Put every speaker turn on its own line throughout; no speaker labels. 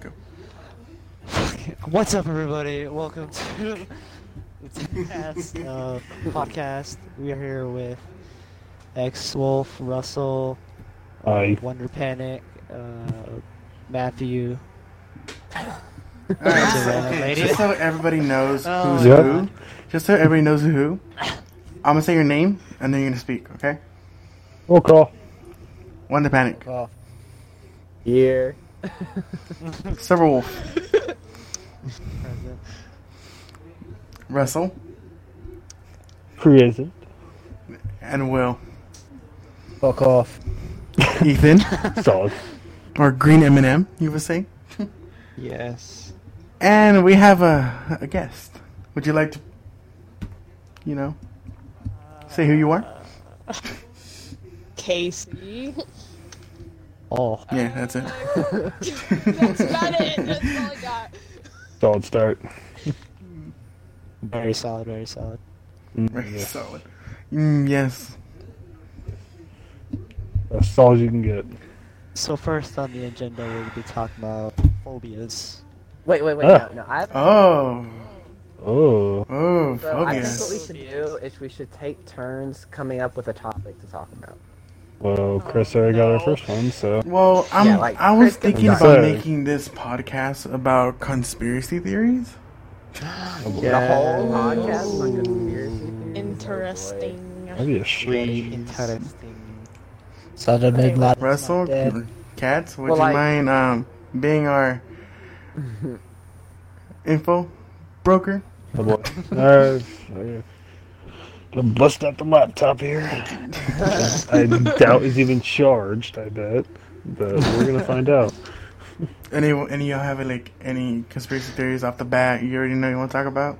Go.
Okay, What's up, everybody? Welcome to the Timcast uh, podcast. We are here with X Wolf, Russell,
Hi.
Wonder Panic, uh, Matthew.
All right,
That's a
so,
random
okay,
lady.
just so everybody knows
Oh
who's
my
who,
God.
just so everybody knows who, I'm gonna say your name and then you're gonna speak. Okay?
Roll call.
One to panic.
Here.
Silver Wolf,
Present.
Russell,
Present.
and Will.
Fuck off.
Ethan
Solid.
or Green M&M, you would say.
Yes.
And we have a, a guest. Would you like to, you know, say who you are?
Casey.
Oh,
Yeah, that's it.
That's about it. That's all I got.
Solid start.
very solid, very solid.
Mm,
Very
yeah.
solid. Mm, yes.
As solid as you can get.
So first on the agenda, we're gonna be talking about phobias.
Wait, wait, wait.
Ah.
No, no. I,
Oh,
Oh.
oh,
so I think what
phobias.
we should do is we should take turns coming up with a topic to talk about.
Well, Chris already got our first one, so.
Well, I'm,
Yeah, like,
I was
Chris can
thinking
die.
about
Say.
making this podcast about conspiracy theories.
The whole
Yes.
podcast on conspiracy theories.
Interesting.
Maybe a shit.
Really interesting.
Saddam
Okay,
Bin Laden.
Russell,
dead.
Cats, would
Well,
you
like-
mind um, being our info broker?
Oh, boy. Alright. okay. Gonna bust out the laptop here. I doubt he's even charged, I bet. But we're gonna find out.
Any, any of y'all have like any conspiracy theories off the bat you already know you want to talk about?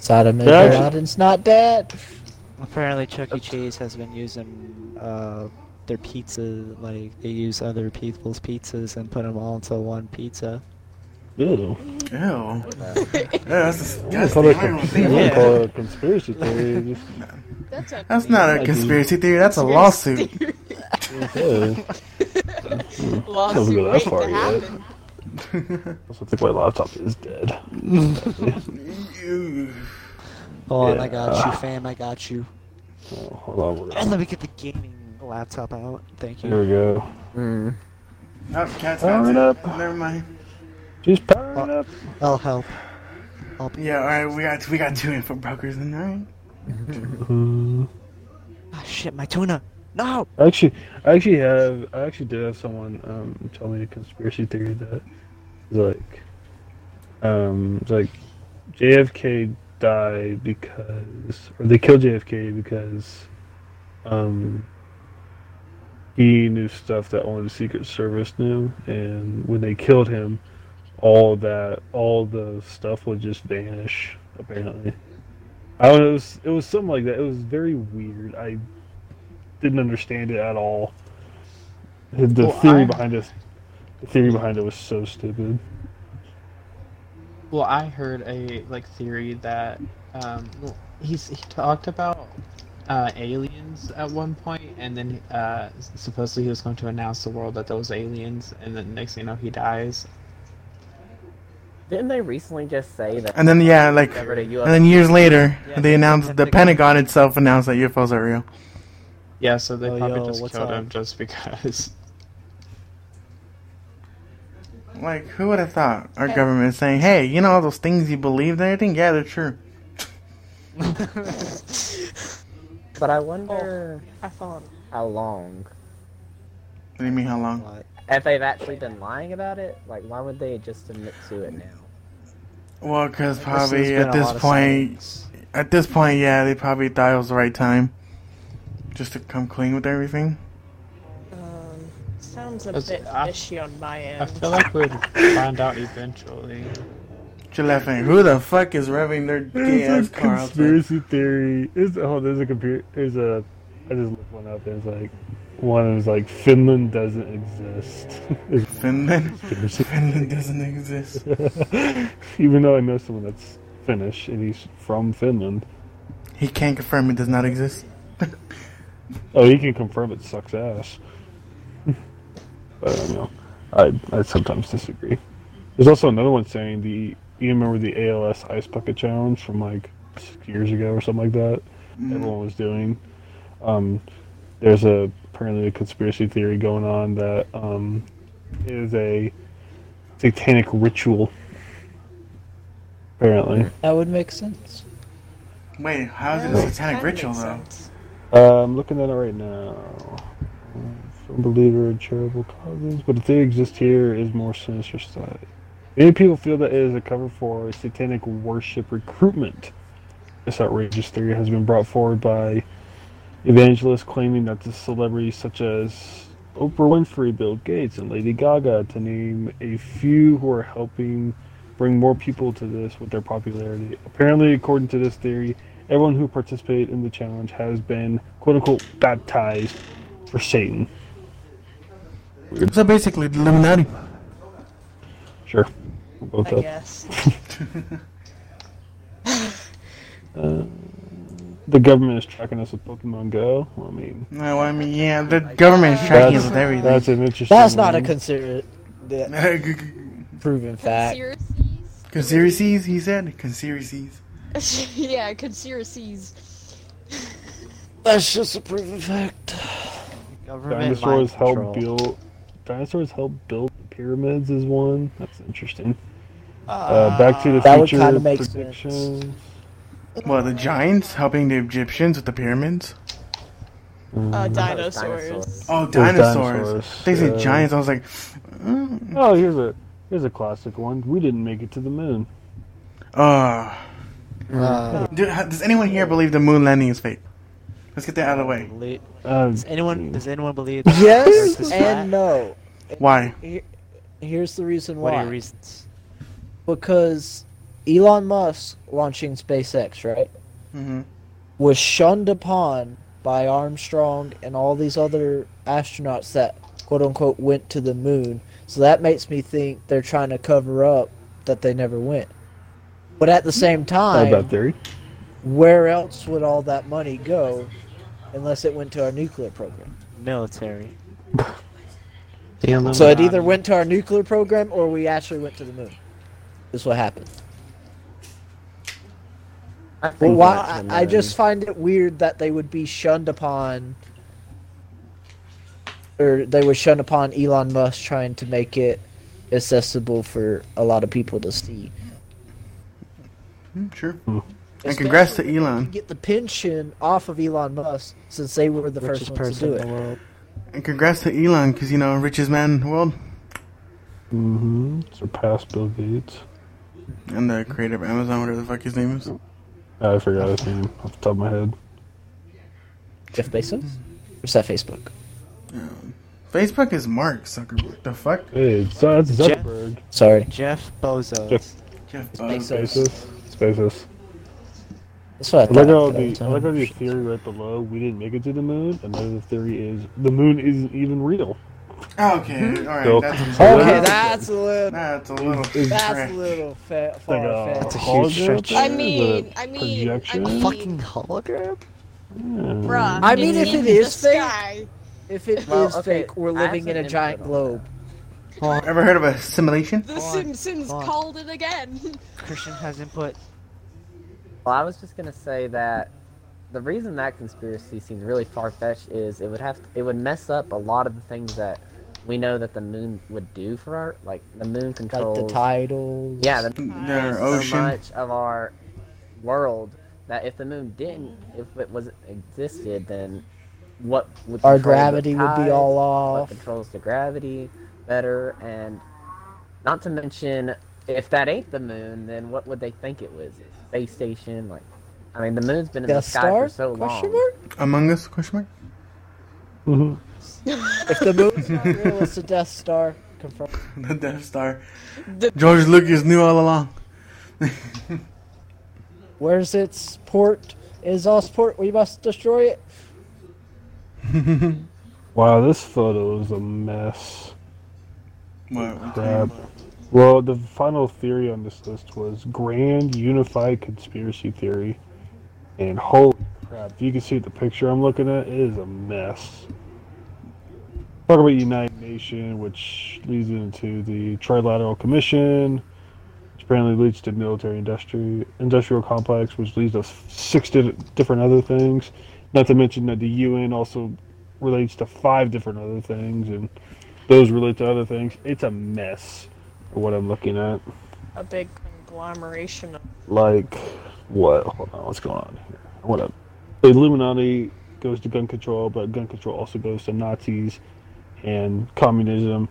Saddam Bin
That's-
Laden's not dead.
Apparently, Chuck E. Cheese has been using uh, their pizza, like they use other people's pizzas and put them all into one pizza.
Ew.
Ew. yeah, that's
I
disgusting.
call it,
I
a con-
don't even
I wouldn't
think
Yeah.
about that.
call it a conspiracy theory. Just,
That's a
That's not a
Maybe.
conspiracy theory. That's a
conspiracy
lawsuit.
theory.
yeah.
lawsuit
that
waiting
far
to
yet.
happen.
Also think my laptop is dead.
Ew.
Oh, and
Yeah.
I got you, fam. I got you.
Oh, hold on. We're
And let me get the gaming laptop out. Thank you.
Here we go.
Mm.
Oh, cats
Power it
got it.
up.
Never mind.
She's powering up.
I'll help. I'll be.
Yeah, all right. We got we got two info brokers in there.
Ah, shit, my tuna. No.
Actually, I actually have. I actually did have someone um, tell me a conspiracy theory that is like, um, it's like JFK died because, or they killed JFK because, um, he knew stuff that only the Secret Service knew, and when they killed him, all that, all the stuff would just vanish. Apparently, I don't know. It was, it was something like that. It was very weird. I didn't understand it at all. The the
Well,
theory
I-
behind it, the theory behind it was so stupid.
Well, I heard a like theory that um, well, he's he talked about uh, aliens at one point, and then uh, s- supposedly he was going to announce the world that there was aliens, and then next thing you know, he dies.
Didn't they recently just say that?
And then yeah, like
Whatever the
And then years later,
Yeah,
they announced the
Pentagon.
Pentagon itself announced that UFOs are real.
Yeah, so they
Oh,
probably
yo,
just
what's
killed him
up?
just because.
Like, who would have thought our government is saying, "Hey, you know all those things you believed and everything? Yeah, they're true."
But I wonder
I thought.
how long.
What do you mean how long?
What?
If they've actually been lying about it, like why would they just admit to it now?
Well, because
This has
probably
been
at
a
this
lot of
point,
silence.
at this point, yeah, they probably thought it was the right time, just to come clean with everything.
Um, sounds a
That's-
bit
I-
fishy on my
I
end.
feel like we'd find out eventually.
What you laughing? Who the fuck is revving their gay ass
It's a
car outside?
conspiracy theory. Is oh, there's a computer. There's a. I just looked one up. There's like one is like Finland doesn't exist. It's
Finland,
a conspiracy.
Finland doesn't exist.
Even though I know someone that's Finnish and he's from Finland.
He can't confirm it does not exist.
Oh, he can confirm it sucks ass. but I don't know. I I sometimes disagree. There's also another one saying the you remember the ALS ice bucket challenge from like six years ago or something like that. Everyone was doing. Um, there's a apparently a conspiracy theory going on that um, it is a satanic ritual. Apparently,
That would make sense.
Wait, how is it a satanic ritual though?
uh, I'm looking at it right now. From believer in charitable causes, but if they exist here, is more sinister side. Many people feel that it is a cover for satanic worship recruitment. This outrageous theory has been brought forward by evangelists claiming that the celebrities such as Oprah Winfrey, Bill Gates, and Lady Gaga, to name a few, who are helping bring more people to this with their popularity. Apparently, according to this theory, everyone who participated in the challenge has been quote unquote baptized for Satan.
So basically, the Illuminati.
Sure. We'll
I
Both up.
guess.
Uh, the government is tracking us with Pokemon Go. I mean,
No, I mean, yeah, the government is tracking us with everything.
that's an interesting.
That's not a
one.
consider the proven fact.
Conspiracies?
Conspiracies, he said. Conspiracies.
yeah, conspiracies.
That's just a proven fact.
Government mind
Dinosaurs help
control.
build. Dinosaurs help build pyramids is one. That's interesting. Uh,
Ah,
back to the
that would
future
kinda make sense.
predictions.
Well, the giants helping the Egyptians with the pyramids.
Uh,
That was
dinosaurs.
Oh, dinosaurs.
dinosaurs,
They said
yeah.
giants. I was like, mm.
Oh, here's a here's a classic one. We didn't make it to the moon.
uh,
uh,
do, ha- does anyone here believe the moon landing is fake? Let's get that out of the way.
believe-
Uh,
Does anyone does anyone believe? that the Earth
Yes
is flat?
and no.
Why?
Here's the reason
What are your
why.
reasons?
Because Elon Musk launching SpaceX, right,
Mm-hmm.
was shunned upon by Armstrong and all these other astronauts that quote unquote went to the moon. So that makes me think they're trying to cover up that they never went. But at the same
not a
time,
bad theory.
where else would all that money go unless it went to our nuclear program?
Military. Oh
So it either went to our nuclear program or we actually went to the moon. Is what happened.
I
Well,
think
why?
that's
I, I
the
just find it weird that they would be shunned upon, or they were shunned upon Elon Musk trying to make it accessible for a lot of people to see.
Hmm, Sure. And congrats to
You
Elon.
get the pension off of Elon Musk since they were the
Richest
first ones to
person
do
in the
it.
world.
And congrats to Elon, because, you know, richest man in the world.
Mm-hmm. Surpassed Bill Gates. Mm-hmm.
And the creator of Amazon, whatever the fuck his name is.
I forgot his name off the top of my head.
Jeff Bezos, or is that Facebook?
Facebook is Mark Zuckerberg. The fuck?
Hey, it's, uh, it's
Jeff-
Zuckerberg.
Sorry,
Jeff Bezos.
Jeff-
Jeff
Bezos.
Bezos.
Bezos. It's Bezos.
that's what I
I
thought.
like how the
but
I
I
like how
don't
the
know.
theory right below. We didn't make it to the moon. Another theory is the moon isn't even real.
Okay, alright.
So-
That's,
so
Okay,
that-
that's a little.
that's a little
Is-
That's
stretch.
a little fa-
Oh,
Like uh, a,
far
That's a
fetched.
huge
hologram?
stretch.
I
Is it a
mean, I mean, I
projection?
mean,
Fucking hologram.
Hmm.
bruh.
I mean,
it's
if
in
it is
the
fake-
sky.
If it is
Well, okay,
fake, we're
I
living in
have
a
some
giant
input on
globe.
Ever heard of a simulation?
The
Fuck,
Simpsons
fuck.
called it again.
Christian has input.
Well, I was just gonna say that the reason that conspiracy seems really far fetched is it would have it would mess up a lot of the things that we know that the moon would do for our like the moon
Like
controls.
the titles.
Yeah, the
Their
so
ocean.
much of our world that if the moon didn't, if it was existed, then what would
Our
control the
gravity would be
tides,
all
What
off.
controls the gravity better, and not to mention if that ain't the moon, then what would they think it was? Space station, like. I mean, the moon's been in
Death
the sky for
Star?
so long.
Question mark?
Among Us? Question mark?
Mhm.
If the moon's not real, it's a Death Star. Confirmed.
The Death Star.
The-
George Lucas knew all along.
Where's its port? Is us port? We must destroy it.
Wow, this photo is a mess.
What? what
Crap. Well, the final theory on this list was grand unified conspiracy theory, and holy crap! If you can see the picture I'm looking at, it is a mess. Talk about United Nation, which leads into the Trilateral Commission, which apparently leads to military industri- industrial complex, which leads to six di- different other things. Not to mention that the UN also relates to five different other things, and those relate to other things. It's a mess, what I'm looking at.
A big conglomeration of
Like, what? Hold on, what's going on here? What up? The Illuminati goes to gun control, but gun control also goes to Nazis and communism,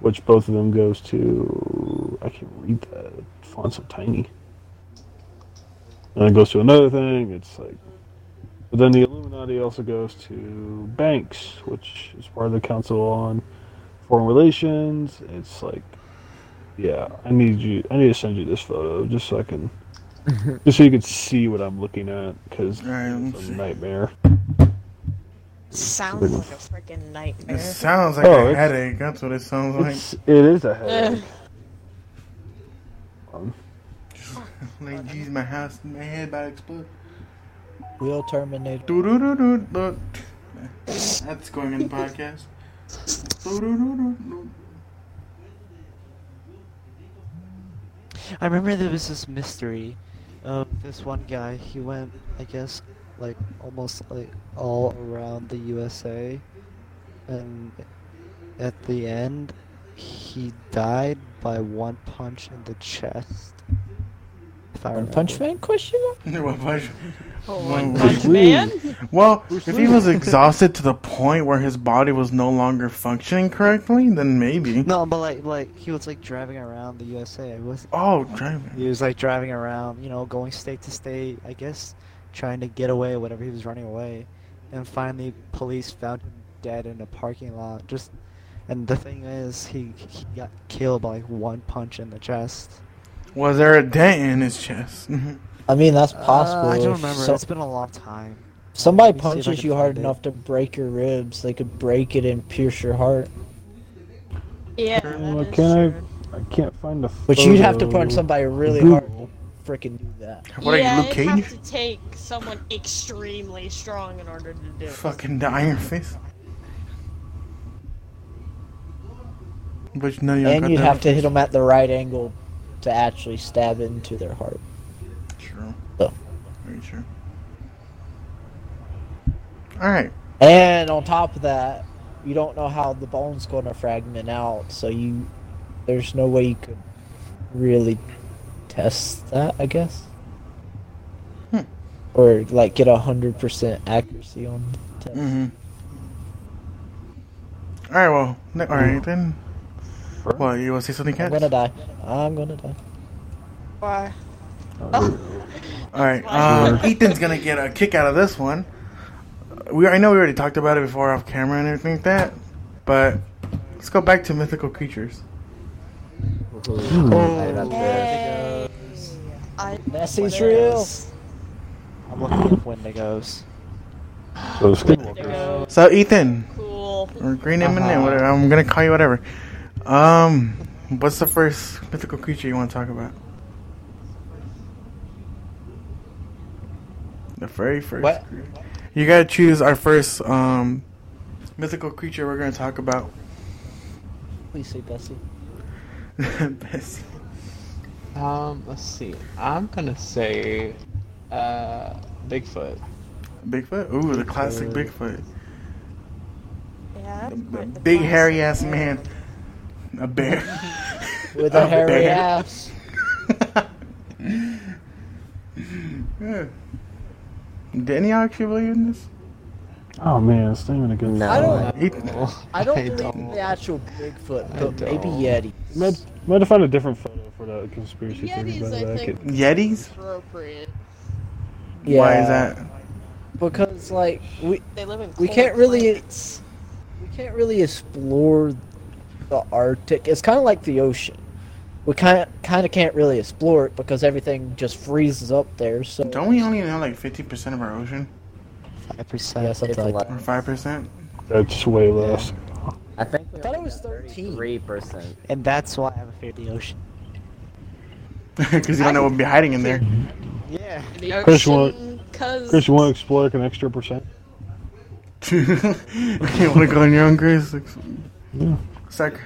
which both of them goes to. I can't read that. Font's so tiny. And it goes to another thing. It's like. But then the Illuminati also goes to banks, which is part of the Council on Foreign Relations. It's like, yeah, I need you. I need to send you this photo just so I can, just so you can see what I'm looking at, because
All right, let me
it's a
see.
nightmare.
sounds like a freaking
It
nightmare.
sounds like
Oh,
a
it's-
headache. That's what it sounds like.
It's, it is a
Ugh.
headache. Um,
Like, geez, my house, my head about to explode.
Will Terminator.
Doo-doo-doo-doo, look. That's going in the podcast. Doo-doo-doo-doo-doo.
I remember there was this mystery of this one guy. He went, I guess, like almost like all around the USA, and at the end, he died by one punch in the chest. If I
One
remember.
Punch Man? Question mark.
Well, pleasure.
One
Whoa.
Punch Man?
Well, if he was exhausted to the point where his body was no longer functioning correctly, then maybe.
No, but like, like he was like driving around the USA. It was
Oh, driving.
He was like driving around, you know, going state to state, I guess, trying to get away, whatever he was running away. And finally, police found him dead in a parking lot. Just, and the thing is, he he got killed by like one punch in the chest.
Was there a dent in his chest? Mhm.
I mean, that's
Uh,
possible.
I
If
don't remember.
so-
it's been a long time.
somebody
Let me see if I
punches
can
you hard
find it.
enough to break your ribs, they could break it and pierce your heart.
Yeah,
Well,
that is
can I-
true.
I can't find the.
But you'd have to
photo.
punch somebody really
Google.
hard to freaking do that.
What
yeah,
are you, Luke
it'd
Cage?
have to take someone extremely strong in order to do it.
Fucking the Iron Fist. But none of y'all
and
got
you'd
that
have to hit them at the right angle to actually stab into their heart.
True.
So.
Very true. Alright.
And on top of that, you don't know how the bone's going to fragment out, so you there's no way you could really test that, I guess,
Hmm.
or like get a hundred percent accuracy on. The test.
Mm-hmm. Alright, well. Ne- Alright, then. Well, you want to say something,
I'm
Kat?
gonna die. I'm gonna die.
Why?
Alright, um, Ethan's gonna get a kick out of this one. We I know we already talked about it before off camera and everything like that, but let's go back to mythical creatures.
Right up there.
Hey. I
Nessie's real.
I'm looking up Wendigos.
So Skinwalker.
Wendigo,
So, Ethan,
cool.
or Green M
Uh-huh.
and whatever, I'm gonna call you whatever. Um, what's the first mythical creature you want to talk about? The very first.
What?
creature. You gotta choose our first um mythical creature we're gonna talk about.
Please say Bessie.
Bessie.
Um, let's see. I'm gonna say, uh, Bigfoot.
Bigfoot? Ooh, the classic Bigfoot.
Yeah, that's
The
quite the
big
class.
hairy ass man. A bear.
With a hairy
bear.
ass.
yeah. Did any of y'all actually believe in this?
Oh man, it's not even a good.
No.
I don't.
Ethan.
I don't
I
believe in
don't.
the actual Bigfoot,
I
but maybe
don't.
Yeti.
Might, might have found a different photo for that conspiracy theory. uh,
Yetis,
By the
I
way. I
think,
could-
Yetis?
appropriate.
Why is
Yeah,
that?
Because like we
They live in.
We
cold
can't really-
climates.
we can't really explore the Arctic. It's kind of like the ocean. We kind kind of can't really explore it because everything just freezes up there. So
Don't we only know like 50% of our ocean?
Five percent.
yeah, something
It's
like
Or
eleven.
5%?
That's way less.
I think we
I thought it
only
was
got
13.
33%.
And that's why I have a fear of the ocean.
Because you don't know what would be hiding in there.
Yeah.
The
Chris, you
ocean, cause
Chris, you want to explore like an extra percent?
you want to go on your own, Grace? Like, Suck.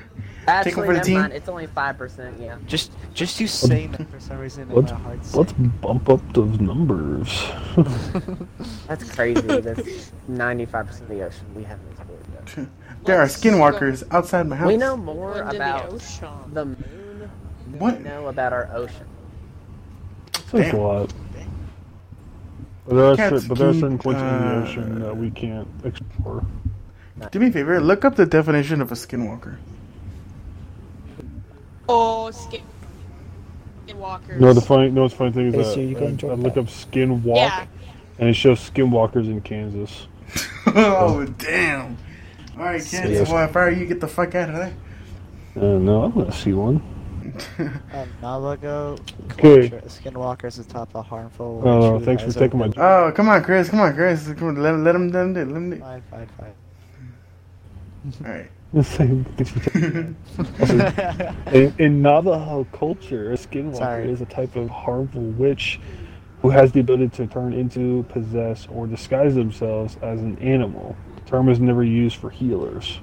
Actually,
over the
never
team.
mind. It's only five percent. Yeah.
Just, just you saying that for some reason, in
Let's-
my heart's
Let's bump up those numbers.
That's crazy. That's 95% of the ocean we haven't explored yet.
There are
Let's just go
skinwalkers outside my house.
We know more
into the
about
ocean.
the moon than
What?
we know about our ocean.
It's like
Damn.
a lot. But there, are
Cats
certain, but there are
keep,
certain points in the
uh,
ocean that we can't explore.
Do me a favor, look up the definition of a skinwalker.
Oh, skin. Skinwalkers.
No, the funny, no, the funny thing is
Hey,
that
Siri, you can
I, I
talk
look
back.
up skinwalk
Yeah.
and it shows skinwalkers in Kansas.
oh, damn. All right, kids.
Yes.
Well, if I were you, get the fuck out of there.
Uh, no, I want to see one.
um, Navajo.
Okay.
culture. Skinwalkers atop a harmful.
Oh,
true
thanks for
eyes of
taking my-
the-
Oh, come on, Chris. Come on, Chris. Come on, let, let him, let him do it. Let him do it.
Five, five, five.
All right.
in, in Navajo culture, a skinwalker
Sorry.
is a type of harmful witch who has the ability to turn into, possess, or disguise themselves as an animal. The term is never used for healers.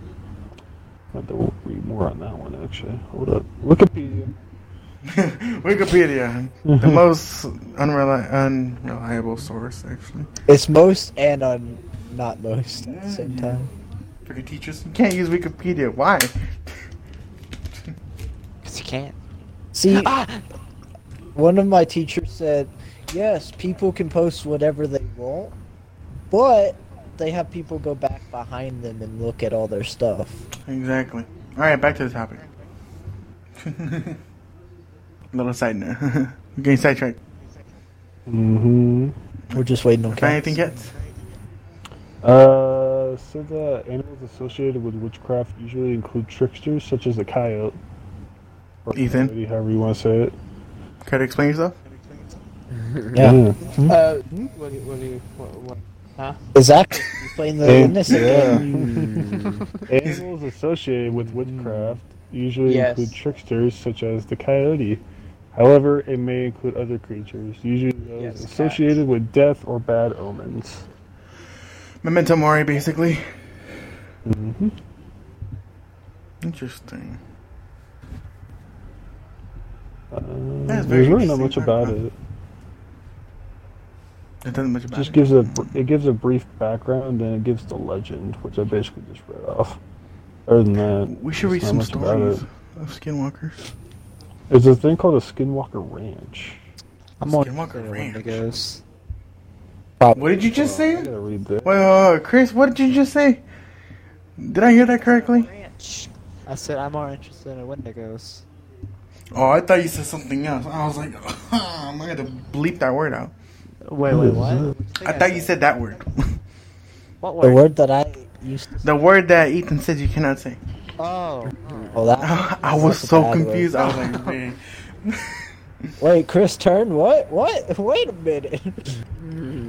I have to read more on that one, actually. Hold up. Wikipedia.
Wikipedia, the
Mm-hmm.
most unreli- unreliable source, actually.
It's most and un, not most at the same time.
Freaking teachers, you can't use Wikipedia. Why?
Cause you can't.
See,
Ah!
one of my teachers said, yes, people can post whatever they want, but they have people go back behind them and look at all their stuff.
Exactly. All right, back to the topic. Little side note. We're getting sidetracked.
Mm-hmm.
We're just waiting on
Find
cats.
anything yet?
Uh, said that animals associated with witchcraft usually include tricksters such as the coyote. Or
Ethan?
coyote, however you want to say it.
Care to explain yourself?
Yeah.
Yeah.
Uh, what do you, what do you, what, what? Huh?
Exactly. He's playing the
Yeah.
innocent game.
Animals associated with witchcraft usually
Yes.
include tricksters such as the coyote. However, it may include other creatures, usually those
Yes, cats.
associated with death or bad omens.
Memento mori, basically.
hmm
Interesting.
Uh,
That is
there's
very
really not
interesting.
much about
Huh.
it.
That doesn't much about
Just
it.
gives a br- it gives a brief background, and it gives the legend, which I basically just read off. Other than that,
We should read
there's
some
not much about
stories
it.
of skinwalkers.
There's a thing called a Skinwalker Ranch.
I'm on
Skinwalker
the
Ranch.
Wendigos.
What did you just say?
I
Wait,
gotta read that.
wait, wait, Chris, what did you just say? Did I hear that correctly?
Ranch.
I said I'm more interested in Wendigos.
Oh, I thought you said something else. I was like, I'm gonna have to bleep that word out.
Wait, wait, what? What'd you think
I thought you said that word.
What
The
word?
word that I used to
the word that Ethan said you cannot say.
Oh.
call that.
I was
That's a
so
bad word.
confused. I was like, man.
Wait, Chris, turn what? What? Wait a minute.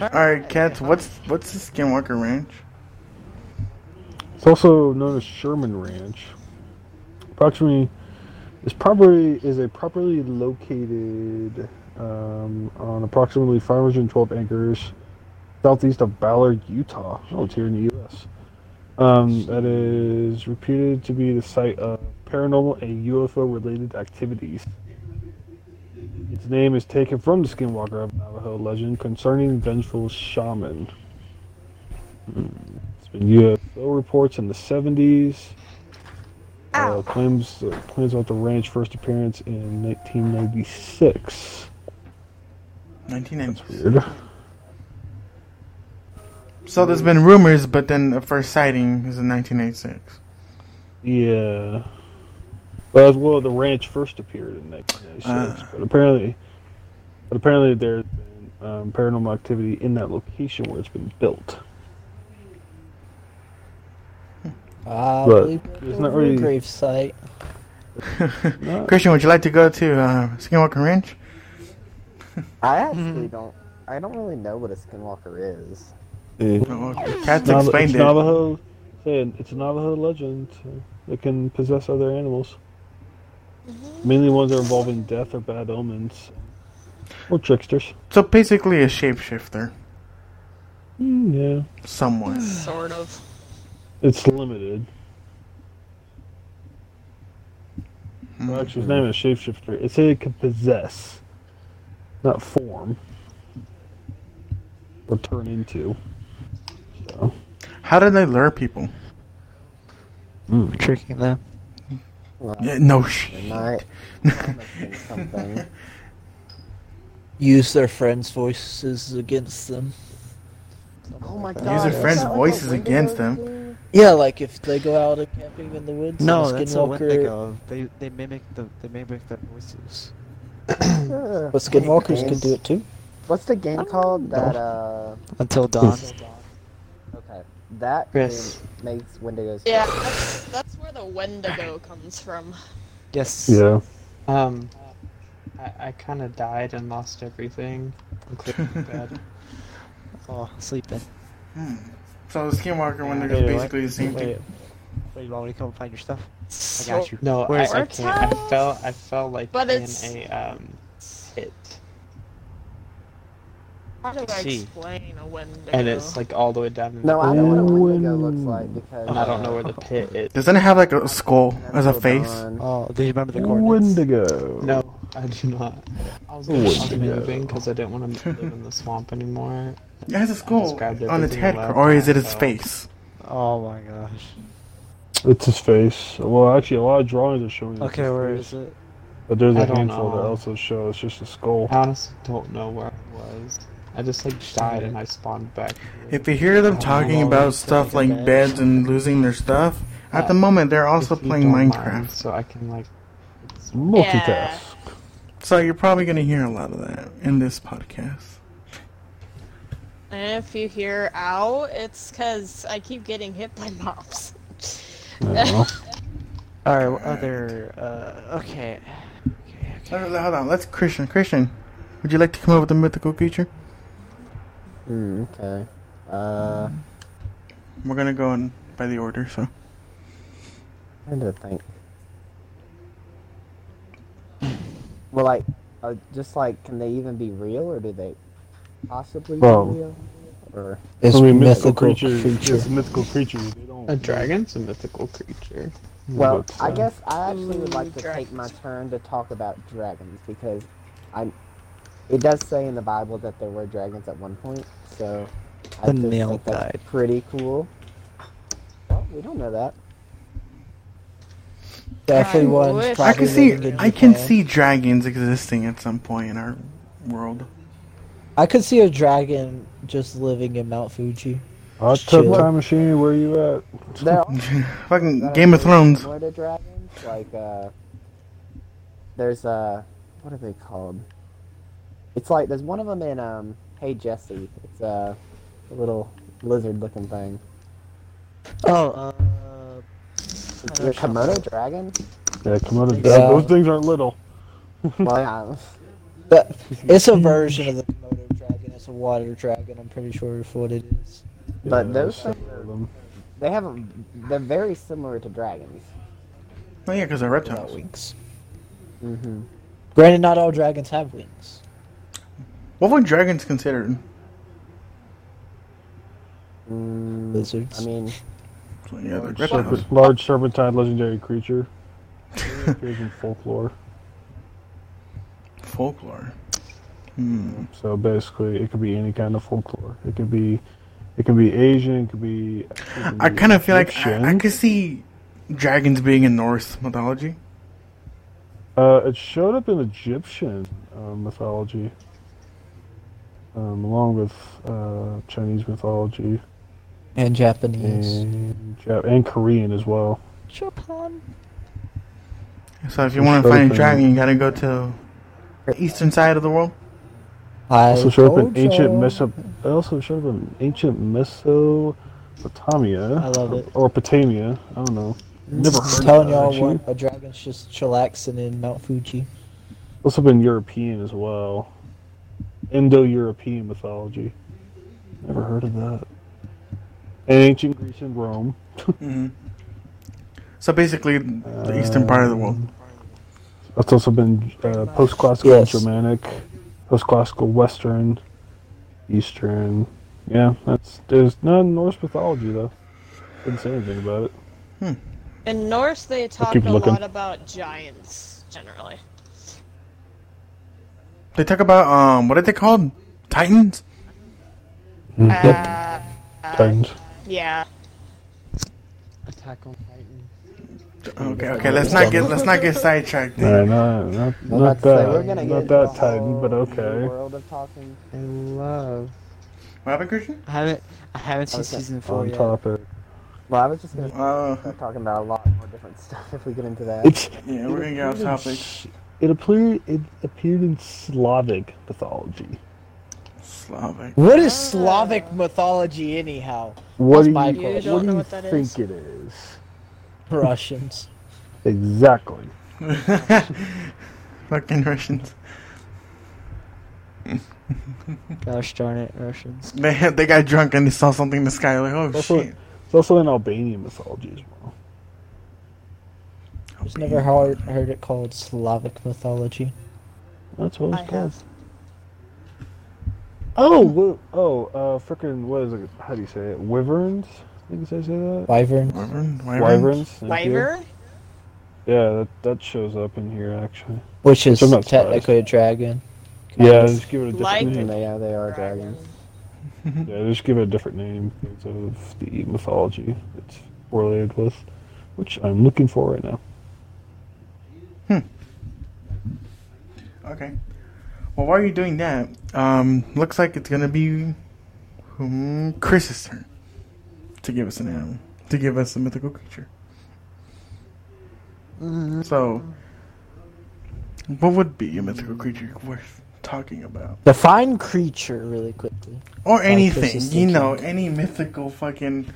All right, cats. What's what's the Skinwalker Ranch?
It's also known as Sherman Ranch. Approximately, is probably is a properly located um, on approximately 512 acres southeast of Ballard, Utah. Oh, it's here in the U.S. Um, that is reputed to be the site of paranormal and UFO-related activities. Its name is taken from the Skinwalker of Navajo legend concerning vengeful shaman. Hmm. It's been UFO reports in the 70s. Uh, claims uh, claims about the ranch first appearance in 1996. That's
1990.
weird.
So there's been rumors, but then the first sighting is in 1986.
Yeah. Well, as well, the ranch first appeared in 1996, but apparently, but apparently there's been um, paranormal activity in that location where it's been built.
I
But
Ah, believe
it's
it's
not
not
really-
grave site.
Not-
Christian, would you like to go to uh, Skinwalker Ranch?
I
Mm-hmm.
actually don't. I don't really know what a skinwalker is.
Oh, okay. Cats
Nav-
explained
it's
it.
Navajo. saying It's a Navajo legend that can possess other animals.
Mm-hmm.
Mainly ones that are involved in death or bad omens. Or tricksters.
So basically, a shapeshifter.
Mm, yeah,
somewhat.
Mm.
Sort of.
it's limited.
Mm.
Well, actually, his name is shapeshifter. It said it could possess, not form, or turn into. So,
How did they lure people?
Tricking them.
Well,
Yeah, no shit.
They might. must've been something.
Use their friends' voices against them.
Oh my
Use
god.
their friends' voices against them.
Yeah, like if they go out camping in the woods.
No,
and a
that's not what they
skinwalker-
go. They they mimic the they mimic their voices.
But skinwalkers can do it too.
What's the game called? That uh.
Until dawn.
Okay. That
Chris.
game makes Wendigos.
Yeah, that's, that's where the Wendigo comes from.
yes.
yeah.
Um, I, I kind of died and lost everything, including the bed.
Oh, sleeping.
So the skinwalker one, they're
Wait, what?
basically the same
Wait,
thing.
wait, you want me to come find your stuff? I
So,
got you.
No,
Where
I,
is
I
it?
can't. I fell. I fell like
But
in
it's-
a um pit,
how do I
See.
explain a Wendigo?
and it's like all the way down. In
No,
the
Oh, I know what a
Owen.
Wendigo looks like because.
and I don't know where the pit is.
Doesn't it have like a skull as a
Until
face?
Dawn.
Oh, do you remember the coordinates?
Wendigo.
No, I do not. I was gonna stop
Wendigo.
moving because I didn't want to live in the swamp anymore.
It has a skull
described
on its
everything
head,
about
or is it
that,
its
so-
face?
Oh my gosh.
It's his face. Well, actually, a lot of drawings are showing. it's
Okay,
his
where
face,
is it?
But there's
I
a
don't
handful that
know.
also show it's just a skull.
I honestly don't know where I was. I just like died and I spawned back. here.
If you hear them
Oh,
talking
well,
about
it's
stuff
like a
like beds and losing their stuff, at the moment they're also
If you
playing
don't mind,
Minecraft.
so I can like. it's-
Multitask.
So you're probably gonna hear a lot of that in this podcast.
And if you hear ow, it's because I keep getting hit by mobs.
No.
Alright, what other. Uh, okay. Okay, okay.
Hold on, hold on, let's Christian. Christian, would you like to come up with a mythical creature?
Hmm, okay. Uh,
We're gonna go in by the order, so
I did think. Well, like, uh, just like, can they even be real, or do they possibly
Well-
be real? Or
It's
I mean, mythical
mythical
creatures.
creature.
It's mythical creatures. They don't.
A dragon's a mythical creature.
well,
but,
I
uh,
guess I actually would like to
Dragons.
take my turn to talk about dragons because I, it does say in the Bible that there were dragons at one point, so I
The
just
nail
think that's
died.
pretty cool. Well, we don't know that.
Definitely
I
one.
wish-
I can
probably
see
living in
I can
Japan.
see dragons existing at some point in our world.
I could see a dragon just living in Mount Fuji.
Hot tub
Shit.
time machine. Where you at?
There are
Fucking
that
Game of
are
Thrones.
similar to dragons. Like, uh, there's uh, what are they called? It's like there's one of them in um, Hey Jesse. It's uh, a little lizard-looking thing.
Oh, uh.
Is it a Komodo dragon?
Yeah, come on.
Yeah.
Those things aren't little.
well, yeah.
But it's a version of the Komodo dragon. It's a water dragon. I'm pretty sure for what it is.
But
Yeah,
those
some
things
of
are-
them.
they haven't. They're very similar to dragons.
Oh yeah, because they're
Without
reptiles.
wings.
Mm-hmm.
Granted, not all dragons have wings.
What would dragons considered?
Mm,
Lizards.
I mean,
So, yeah, they're reptiles.
Serpent, large serpentine legendary creature. It appears in folklore.
Folklore. Hmm.
So basically, it could be any kind of folklore. It could be, it could be Asian. It could be. it could
I
be
kind of feel like I, I
Egyptian.
could see dragons being in Norse mythology.
Uh, it showed up in Egyptian uh, mythology, um, along with uh, Chinese mythology
And Japanese.
and Jap- and Korean as well.
Japan.
So if you
It
want to
showed
find
up
a
in-
dragon, you gotta go to the eastern side of the world.
I
Also showed up in
told
ancient
ya.
Meso. Also showed up in ancient Mesopotamia.
I love it.
Or Potamia. I don't know. Never heard.
I'm telling
of that,
y'all
actually.
what a dragon's just chillaxing in Mount Fuji.
Also been European as well. Indo-European mythology. Never heard of that. And ancient Greece and Rome.
Mhm. So basically, the eastern part of the world.
That's also been uh, post-classical
Yes.
Germanic, post-classical Western, Eastern, Yeah, that's there's none Norse mythology though. Didn't say anything about it.
In Norse, they talk a
keep looking.
lot about giants generally.
They talk about um, what are they called? Titans.
Mm.
Uh, uh,
Titans.
yeah.
Attack on Titan.
Okay, okay. Let's not get let's not get sidetracked.
No, no, not,
I'm
not
about to say, we're
that,
gonna get
not
into
that
a
Titan,
whole
but okay.
World of talking.
I love.
What happened, Christian?
I haven't. I haven't seen
Okay.
season four
On
yet.
topic.
Well, I was just gonna
Uh,
start talking about a lot more different stuff if we get into that.
It's
yeah, we're gonna get off topic.
It appeared it appeared in Slavic mythology.
Slavic.
What is Slavic mythology anyhow?
What
That's
do you,
my
what
question.
You don't
do
know
you
what that
think
is?
it is?
Russians.
Exactly.
Fucking Russians.
Gosh darn it, Russians.
They had- they got drunk and they saw something in the sky. Like, oh
That's
shit.
It's also in Albanian mythology as well.
Just never heard, heard it called Slavic mythology.
That's what
I
it's called.
have.
Oh, wo- oh, uh, frickin' what is it? How do you say it? Wyverns? I think I say that.
Wyvern.
Wyvern. Wyvern.
Wyverns. thank you.
Wyvern?
Yeah, that, that shows up in here actually.
Which is
Which I'm not
technically a dragon.
Yeah, just give it a different
Like-
name.
yeah, they are dragons.
Yeah, just give it a different name because of the mythology it's related with, which I'm looking for right now.
Okay. Well, while you're doing that, um, looks like it's gonna be hmm, Chris's turn to give us an animal, to give us a mythical creature. So, what would be a mythical creature worth talking about,
Define creature really quickly.
or
Chris
anything?
is
You know, any mythical fucking.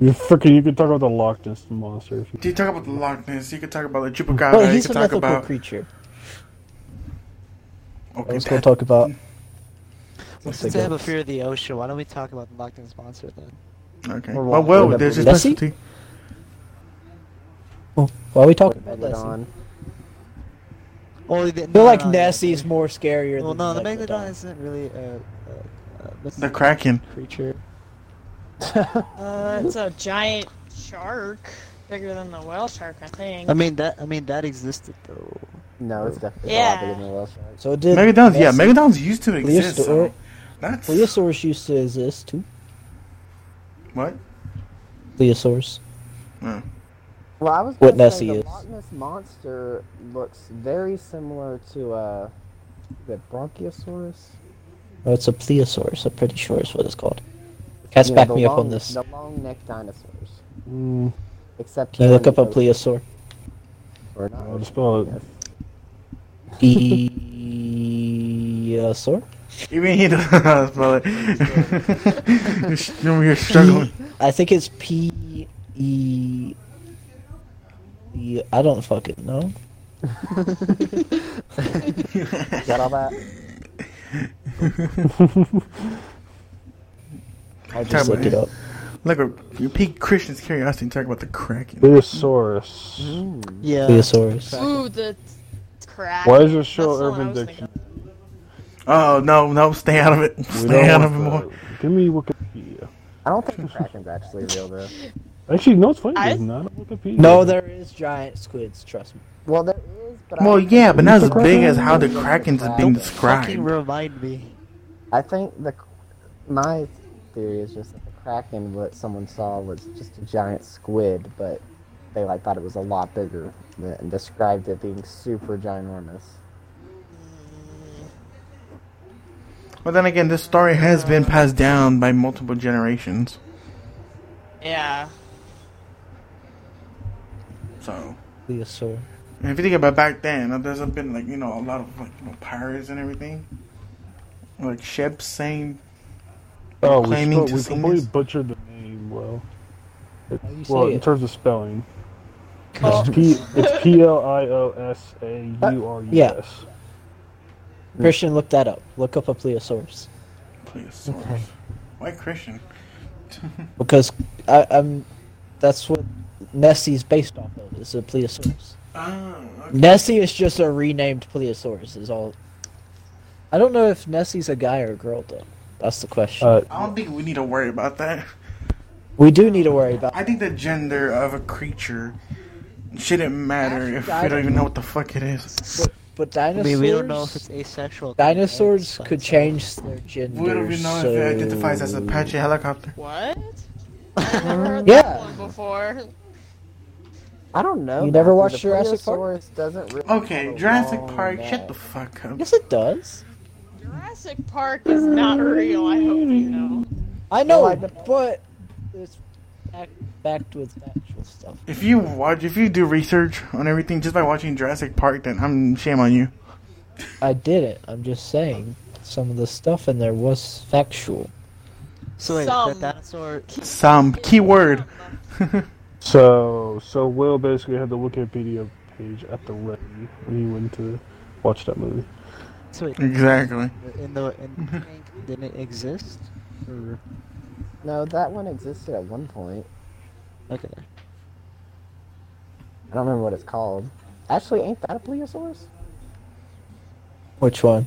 You freaking you can talk about the Loch Ness monster if you
Do you talk about the Loch Ness? You could talk about the chupacabra.
Well,
you
he's
could
a
talk
mythical
about.
creature.
Okay,
Let's go
that-
talk about.
Well,
Let's
since
go.
I have a fear of the ocean, why don't we talk about the Loch Ness monster then?
okay.
Or
Well,
Loch-
well,
Would that
there's
be-
just
Nessie?
necessity.
Why are we talking about Nessie?
Megalodon.
Well, the,
I feel like
no, no,
Nessie's more scarier
Well,
than
no, the
Megalodon.
Megalodon isn't really a, a, a
The
mythical
kraken.
creature.
Uh, it's a giant shark. Bigger than the whale shark, I think.
I mean that. I mean that existed though.
No, it's definitely a lot
Yeah.
bigger than a whale shark.
So it did.
Megadon's, yeah,
Nessie.
Megadon's used to exist. So
Plesiosaur-
that's
Pleosaurus used to exist too.
what?
Pleosaurus.
Oh.
Well, I was
What
gonna
Nessie
say,
is.
The Loch Ness monster looks very similar to uh, the Bronchiosaurus.
No, Oh, it's a pleosaurus. I'm pretty sure is what it's called. Cats
You know,
back
the
me up
long-
on this.
The long-necked dinosaurs,
mm,
except
Can you
they're
look
in
up a
the
pleosaur?
ocean, or
I'll
not.
just spell it.
Yes.
Pleosaur.
Even he doesn't know how to spell it. You're sh- you're, you're struggling.
I think it's P E. E- I don't fucking know.
Got all that?
I'll just
Time
look it
out.
up.
Look, you pique Christian's curiosity and talk about the Kraken.
Theosaurus.
Mm,
Yeah.
Pleosaurus.
Ooh, the crack.
Why is your show
That's the one I
Urban
was thinking
Dictionary?
Oh no, no, stay out of it.
We
Stay out of it
want
more.
that. Give me Wikipedia.
I don't think the Kraken's actually real though.
Actually, no, it's funny.
I-
There's not a Wikipedia.
No, there is giant squids. Trust me.
Well, there is, but I
Well,
don't
yeah,
think-
but not
the
as big as how the
Kraken?
Kraken's being
Fucking
Don't
described.
remind me.
I think the my theory is just that the Kraken, what someone saw, was just a giant squid, but they like thought it was a lot bigger and described it being super ginormous.
But then again, this story has been passed down by multiple generations.
Yeah.
So,
Pleosaur.
and if you think about back then, uh, there's been like you know a lot of like you know, pirates and everything, like ships saying
Oh, we,
claiming
spelled-
to
we
sing
completely
this?
butchered the name. Well,
How do you
well,
say
in
it?
terms of spelling,
Well,
P, it's P L I O S A U R U S.
Christian, look that up. Look up a pleosaurus.
plesiosaurus. Why Christian?
Because I, I'm. That's what Nessie's based off of. Is a pleosaurus.
Oh, okay.
Nessie is just a renamed pleosaurus. Is all. I don't know if Nessie's a guy or a girl though. That's the question.
Uh,
I don't think we need to worry about that.
we do need to worry about.
I think the gender of a creature shouldn't matter if we don't even know what the fuck it is.
But
I
dinosaurs.
mean, we don't know if it's asexual.
Dinosaurs
Like,
could
so-
change their gender.
We don't even know
so...
if it identifies as an Apache helicopter.
What? I've never heard
Yeah.
that one before.
I don't know.
You never
Matthew,
watched
the
Jurassic Park?
Plesiosaurus Doesn't really
Okay,
have a
Jurassic
long
Park,
neck.
shut the fuck up.
Yes, it does.
Jurassic Park is not real. I hope you know.
I know,
Well, I-
but it's back, backed with factual stuff.
If you watch, if you do research on everything just by watching Jurassic Park, then I'm shame on you.
I did it. I'm just saying some of the stuff in there was factual.
So wait,
Some.
that dinosaur.
Some keyword.
so so Will basically had the Wikipedia page at the ready when he went to watch that movie.
So wait,
Exactly.
in the in the tank, didn't it exist? Or,
No, that one existed at one point.
okay.
I don't remember what it's called. Actually, ain't that a plesiosaurus?
Which one?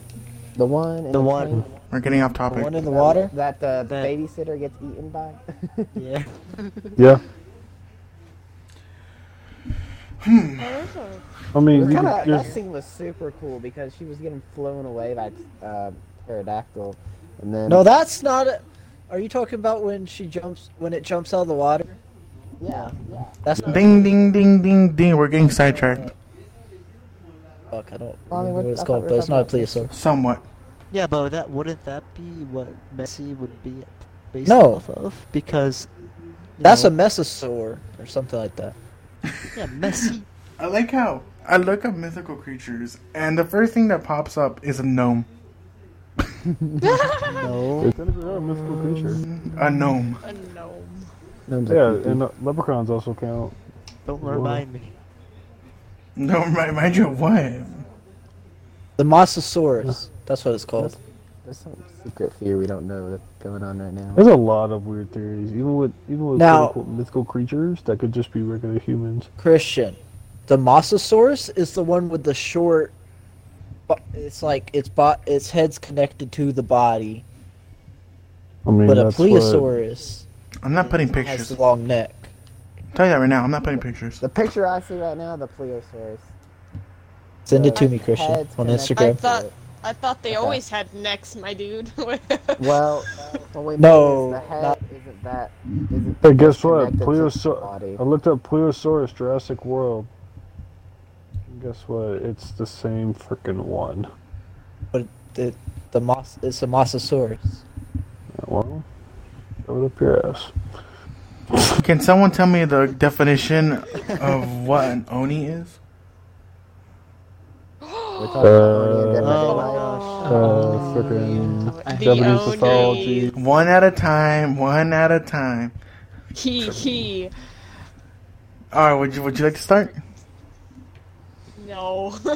The one in
The one-
tank
We're getting off
The one
topic.
in the water?
that the
That-
babysitter gets eaten by.
Yeah.
Yeah,
Oh,
Hmm. I mean, you
Kinda,
could,
that
there's,
scene was super cool because she was getting flown away by uh, pterodactyl, and then
No, that's not it. Are you talking about when she jumps when it jumps out of the water?
yeah, yeah.
That's
Ding, ding, ding, ding, ding. We're getting sidetracked.
fuck. I don't
Well, I mean,
remember
what-
what
I
it's
thought
called,
we were
but it's
talking
not a
about this.
plesiosaur.
Somewhat.
Yeah, but that wouldn't that be what Messi would be based
No.
off of? Because you
That's a
know,
mesosaur or something like that.
yeah Messi.
I like how I look up mythical creatures, and the first thing that pops up is a gnome.
No.
there's technically are a mythical creature.
A gnome.
a gnome.
Gnomes are
Yeah,
creepy.
and uh, leprechauns also count.
Don't remind me.
Don't remind you of what?
The mosasaurus. That's what it's called.
There's some secret fear we don't know that's going on right now.
There's a lot of weird theories, even with even with
Now-
quote-unquote mythical creatures that could just be regular humans.
Christian. The mosasaurus is the one with the short. bu- It's like its bo- its head's connected to the body,
I mean,
but a
that's what-
plesiosaurus
I'm not putting
has
pictures.
the long neck.
tell you that right now. I'm not putting pictures.
The picture I see right now, the plesiosaurus.
Send it to
Uh,
me, Christian,
heads
on
connected.
I
Instagram.
thought I thought they always had necks, my dude.
Well, what we
No,
know is the head
not-
isn't that. Isn't
Hey, guess what?
connected to the body.
Pleosaur. I looked up Pleosaurus Jurassic World. And guess what? It's the same freaking one.
The, the mos- it's a mosasaurus.
Well, shove it up your ass.
Can someone tell me the definition of what an oni is?
We're talking about Oni
Uh,
and Death
Oh
by
my
Daylight.
gosh.
Uh, freaking
The
Japanese
Oni.
mythology.
One at a time. One at a time.
he he.
All right. Would you Would you like to start?
No, I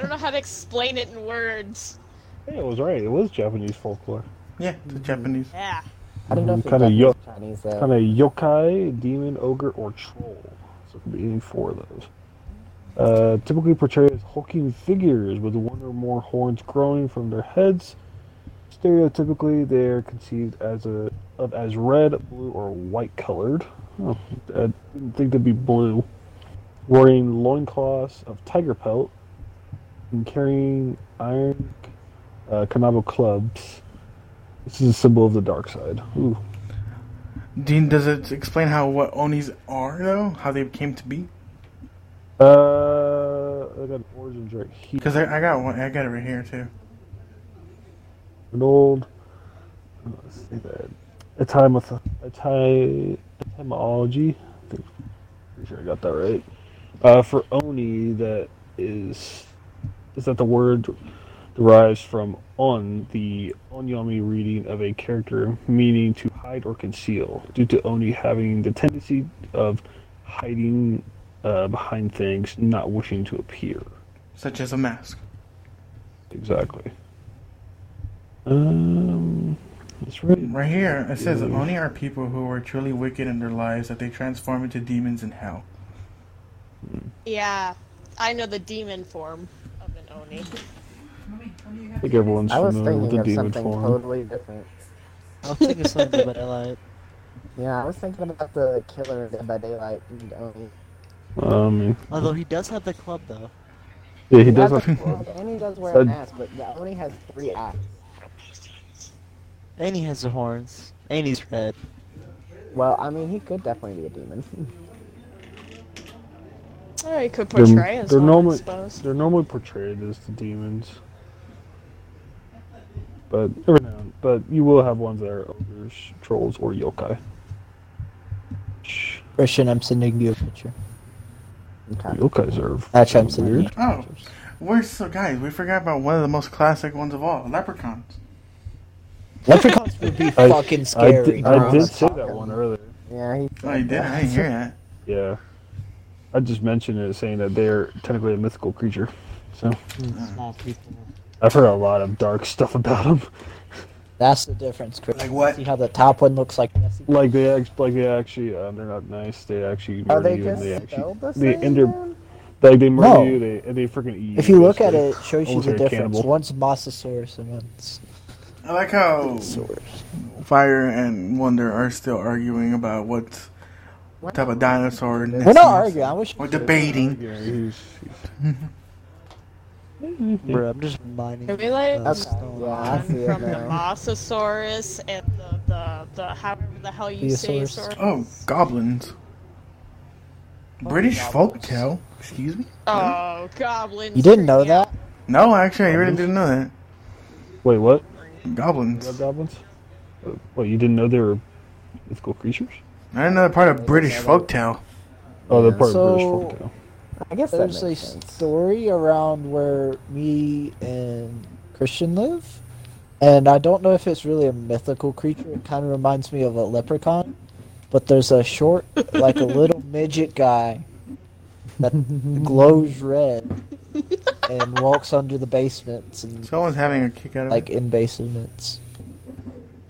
don't know how to explain it in words.
Hey, it was right. It was Japanese folklore.
Yeah, the Japanese.
Yeah.
I don't know if
Mm,
it's
kinda
Japanese
yo-
or Chinese though.
Kind of yokai, demon, ogre, or troll. So it could be any four of those. Uh, typically portrayed as hulking figures with one or more horns growing from their heads. Stereotypically, they are conceived as a of as red, blue, or white colored. Oh, I didn't think they'd be blue. Wearing loincloths of tiger pelt and carrying iron uh, kanabo clubs. This is a symbol of the dark side. Ooh.
Dean, does it explain how what onis are though? How they came to be?
Uh, I got origins right here.
Because I, I got one. I got it right here too.
an old. Let's see that. Etymeth- ety- etymology. I think, pretty sure I got that right. Uh, for oni, that is, is that the word derives from on, the onyomi reading of a character, meaning to hide or conceal, due to oni having the tendency of hiding uh, behind things, not wishing to appear.
Such as a mask.
Exactly. Um, that's right.
Right here, it says
Mm-hmm.
oni are people who were truly wicked in their lives that they transform into demons in hell.
Yeah, I know the demon form of an Oni.
I think everyone's
I was
familiar with
thinking
the demon
of something
form.
totally different.
I was thinking something, but I lied.
Yeah, I was thinking about the killer in Dead by Daylight. and, um,
Um,
Although he does have the club though.
yeah, he
that's
does.
a
Have,
club, and he does wear
So-
an ass, but the Oni has three eyes.
And he has the horns. And he's red.
Well, I mean, he could definitely be a demon.
Oh, you could
They're-
portray as
they're
one,
normal-
I suppose.
they're normally portrayed as the demons, but every now and, but you will have ones that are ogres, trolls, or yokai. Shh,
Christian, I'm sending you a picture.
Okay.
Yokais are
Actually, I'm
kinda
sending you
weird.
pictures.
Oh, We're so guys. We forgot about one of the most classic ones of all, leprechauns.
Leprechauns would be
I-
fucking
I
scary.
did, I
bro.
did say that one earlier.
Yeah, he.
Oh, you did? I didn't hear that.
Yeah, I just mentioned it, saying that they are technically a mythical creature. So
Small people.
I've heard a lot of dark stuff about them.
That's the difference, Christian.
Like what?
See how the top one looks like Nessie?
Like they act, like they actually, um, they're not nice. They actually murder
Are they
you, and they
just
actually,
spelled the
they
same?
end up-
then?
like they murder
No.
you. They and they freaking eat.
If you look at
basically.
it, it shows you
Almost
the
like a
difference.
cannibal.
One's Mosasaurus and one's
I like how
Saurus.
Fire and Wonder are still arguing about what
What?
type of dinosaur.
We're not arguing. I wish.
Or debating.
Yeah, he's,
Bro, I'm just mining.
Are we like
uh,
Okay,
stone.
yeah, I
one
see it
from the
now.
Mosasaurus and the, the, the however the hell you say saurus.
Theosaurus.
Oh, goblins.
Oh,
British folktale. Excuse me?
Oh, goblins.
You didn't know
freaking out.
that?
No, actually, I really didn't know that.
wait, what?
Goblins.
Red goblins? Uh, What you didn't know they were mythical creatures?
I didn't know that part of British folktale.
Oh, they're
Yeah.
part of British
So-
folktale.
I guess that makes
There's a
sense.
story around where me and Christian live, and I don't know if it's really a mythical creature. It kind of reminds me of a leprechaun, but there's a short, like a little midget guy that glows red and walks under the basements and
Someone's having a kick out of
like
it.
in basements.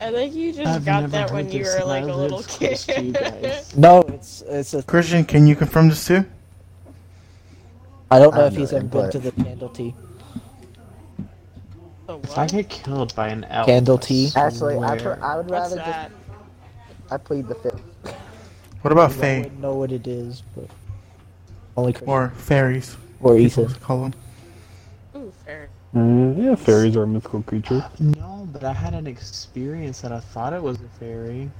I think you just
I've
got
never
that
heard
when you
this,
were
and
like
I
a little
live close to you
kid.
guys.
No, it's it's a.
Christian, can you confirm this too?
I don't know
I
if
know
he's
it,
ever been
but-
to the candle tea.
The
If I
what?
get killed by an elf,
Candle
I
tea.
Actually, I,
swear.
pr- I would
What's
rather just
that?
I plead the fifth.
What about
I
fae?
wouldn't know what it is, but only Christian
Or fairies?
or
People
Ethan.
call them.
Ooh, fair.
Uh, yeah, fairies are a mythical creature.
No, but I had an experience that I thought it was a fairy.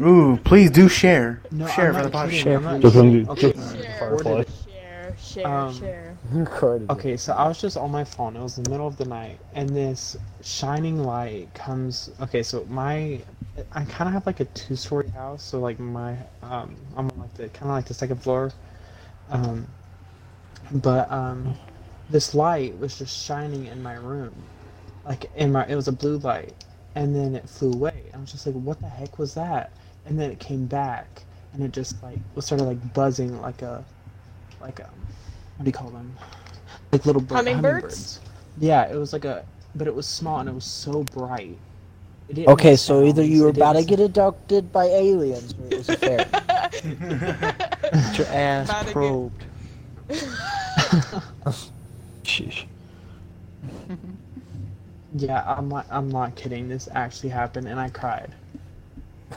Ooh, please do share.
No,
share
I'm
for
not
the podcast.
kidding.
Share.
I'm not
Just
kidding.
undo-
Okay,
just-
Share,
Firefly.
share, share,
Um,
share.
Recorded.
Okay, so I was just on my phone. It was the middle of the night, and this shining light comes. Okay, so my, I kind of have like a two-story house. So like my, um, I'm on like the kind of like the second floor, um, but um, this light was just shining in my room, like in my. It was a blue light, and then it flew away. I was just like, what the heck was that? And then it came back, and it just like was sort of like buzzing like a, like a, what do you call them? Like little bird,
Hummingbirds?
hummingbirds. Yeah, it was like a, but it was small and it was so bright. It didn't
Okay,
make
so either
sounds,
you were
it
about to
didn't
get abducted by aliens, or it was a fairy.
Get your
About to
ass
get-
probed.
Sheesh.
Yeah, I'm not. I'm not kidding. This actually happened, and I cried.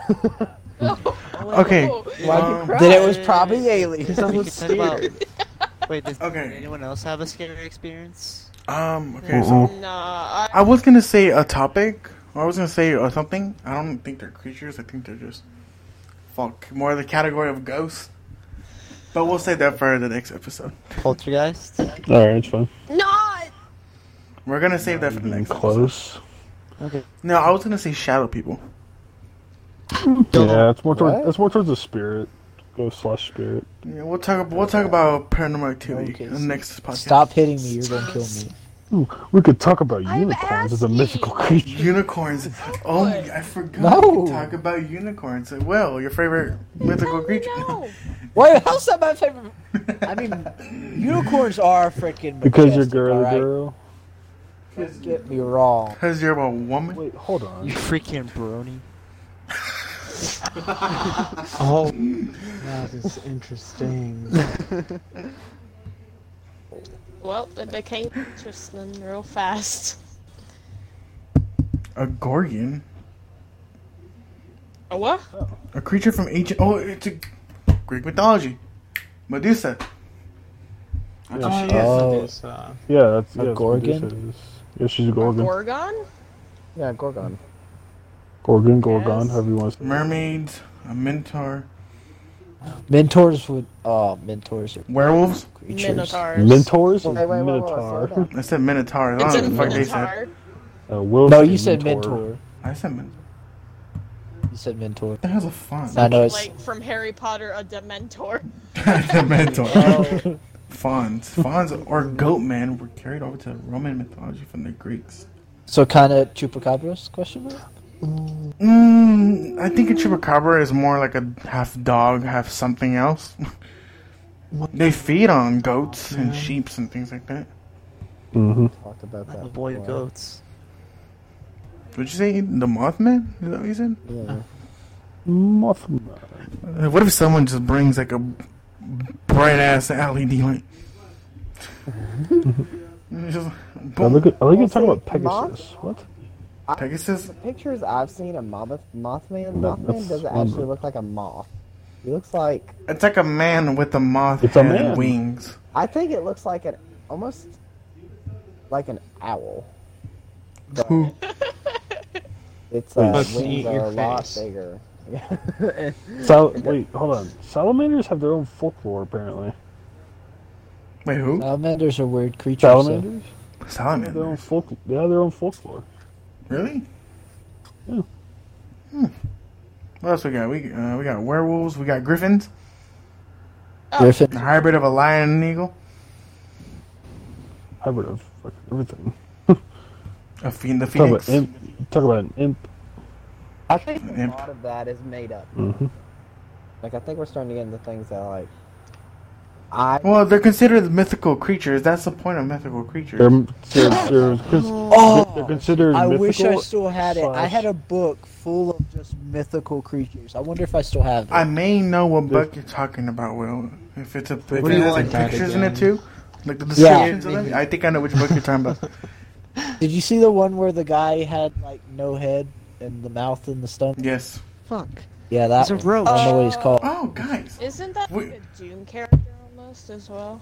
Okay.
Why
um,
then it was probably aliens.
Because I
We
was
can talk about-
scared.
Wait, does
Okay.
anyone else have a scary experience?
Um, okay, so
Mm-mm.
Nah, I,
I was gonna say a topic, or I was gonna say uh, something. I don't think they're creatures. I think they're just fuck more the category of ghosts. But we'll save that for the next episode.
Poltergeist?
All right, it's fine.
not.
We're gonna save that for the
Even
next. Episode.
close.
Okay.
No, I was gonna say shadow people.
Yeah, it's more towards
What?
it's more towards the spirit, ghost slash spirit.
Yeah, we'll talk. We'll talk about paranormal activity
Okay,
in the
so
next podcast.
Stop hitting me, you're gonna kill me.
Ooh, we could talk about
I'm
unicorns as a
asking.
mythical creature.
Unicorns. Oh, my- I forgot.
No.
We could talk about unicorns. Well, your favorite mythical creature.
No.
Wait, how's that my favorite? I mean, unicorns are freaking
Because you're
majestic,
girl,
alright?
girl.
Don't Get me wrong.
Because you're a uh, woman.
Wait, hold on.
You freaking brony.
Oh, that is interesting.
Well, it became interesting real fast.
A Gorgon?
A what?
A creature from ancient. Oh, it's a Greek mythology. Medusa. Uh, That's
Yeah.
what she is.
Oh.
Medusa.
Yeah, that's yeah,
A
that's what this is. Yeah, she's a
A
gorgon.
Gorgon?
Yeah, Gorgon.
Gorgon, gorgon,
Yes.
however you want to say. it.
Mermaids, a minotaur,
Mentors would. Oh, mentors are
werewolves.
creatures.
Minotaurs.
Mentors or
Wait, wait, wait, wait,
minotaur?
slow down.
I said minotaur. I
It's a
don't know what the fuck they said.
minotaur.
Uh, Will
No,
said
you said
mentor.
mentor.
I said minotaur.
You said mentor.
That has a font.
I know it's.
Like from Harry Potter, a Dementor.
the mentor.
Oh.
Fawns. Fawns or goat men were carried over to Roman mythology from the Greeks.
So kind of chupacabras? Question mark.
Mm, I think a chupacabra is more like a half dog, half something else. they feed on goats and sheep and things like that.
Mm-hmm.
Talked about
I'm
that.
a boy of
before.
goats.
Would you say the Mothman? Is that what you said?
Yeah.
Mm-hmm. Mothman.
Uh, What if someone just brings like a bright ass LED light? And it's just,
I
boom.
look at, I look at talking
see,
about Pegasus. What?
Pegasus.
Pictures I've seen of Moth- Mothman.
No,
Mothman
that's
doesn't
one
actually
of-
look like a moth. He looks like
It's like a man with a moth
It's a
head and
man.
wings.
I think it looks like an almost like an owl. But
Who?
It's uh,
Let's
wings
eat
are
your
a lot
face.
bigger.
Sal- wait, hold on. Salamanders have their own folklore, apparently.
Wait, who?
Uh,
Salamanders are weird creatures. so-
Salamanders? They have their own
Salamander.
folk. They have their own folklore.
Really?
Yeah.
Hmm. What else we got? We uh, we got werewolves. We got griffins.
Oh,
Griffin.
A hybrid of a lion and an eagle.
Hybrid of fucking everything.
A fiend, the
Talk about,
phoenix.
imp, talk about an imp.
I think a
Imp.
lot of that is made up.
Mm-hmm.
Like I think we're starting to get into things that like I
Well, they're considered mythical creatures. That's the point of mythical creatures.
They're, they're, they're, cons- they're considered
Oh, I
mythical.
wish I still had it. I
slash-
had a book full of just mythical creatures. I wonder if I still have it.
I may know what book you're talking about, Will. If it's a if it
do you
has like
want that
pictures in
again?
it too, like the descriptions of
maybe.
them. I think I know which book you're talking about.
Did you see the one where the guy had like no head and the mouth and the stomach?
Yes.
Fuck.
Yeah, that.
He's a
one.
roach.
I don't know what he's called.
Oh, guys,
isn't that
We-
like a Doom character almost as well?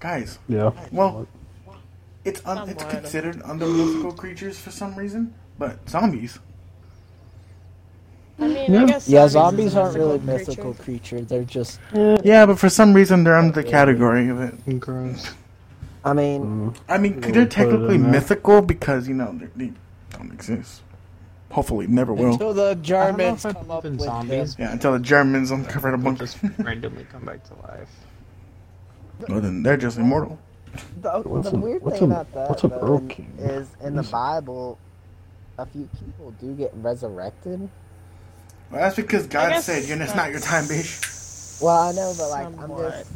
guys.
Yeah.
Well, it's un- it's
Somewhat.
considered under mythical creatures for some reason, but zombies.
I mean, I guess
Yeah,
zombies
zombies
is a
aren't really
creature.
mythical creature. They're just
Yeah, but for some reason they're under the category of it.
Gross.
I mean
Mm.
I
Well,
mean, they're
we put it
technically
in there.
mythical because you know they're- they don't exist. Hopefully, never will.
until the
I don't know
Germans
if I
come up
believe in
with
zombies.
zombies.
Yeah, until the Germans uncovered a
They'll
bunch.
just randomly come back to life.
Well, then they're just immortal.
the, the
What's an-
weird
what's
thing
an-
about that
what's an
though,
Earl
in-
King?
is in the
He's-
Bible a few people do get resurrected.
Well, that's because
I
God
guess
said, "You know, it's not your time, bitch."
that's
Well, I know, but like I'm
somewhat.
just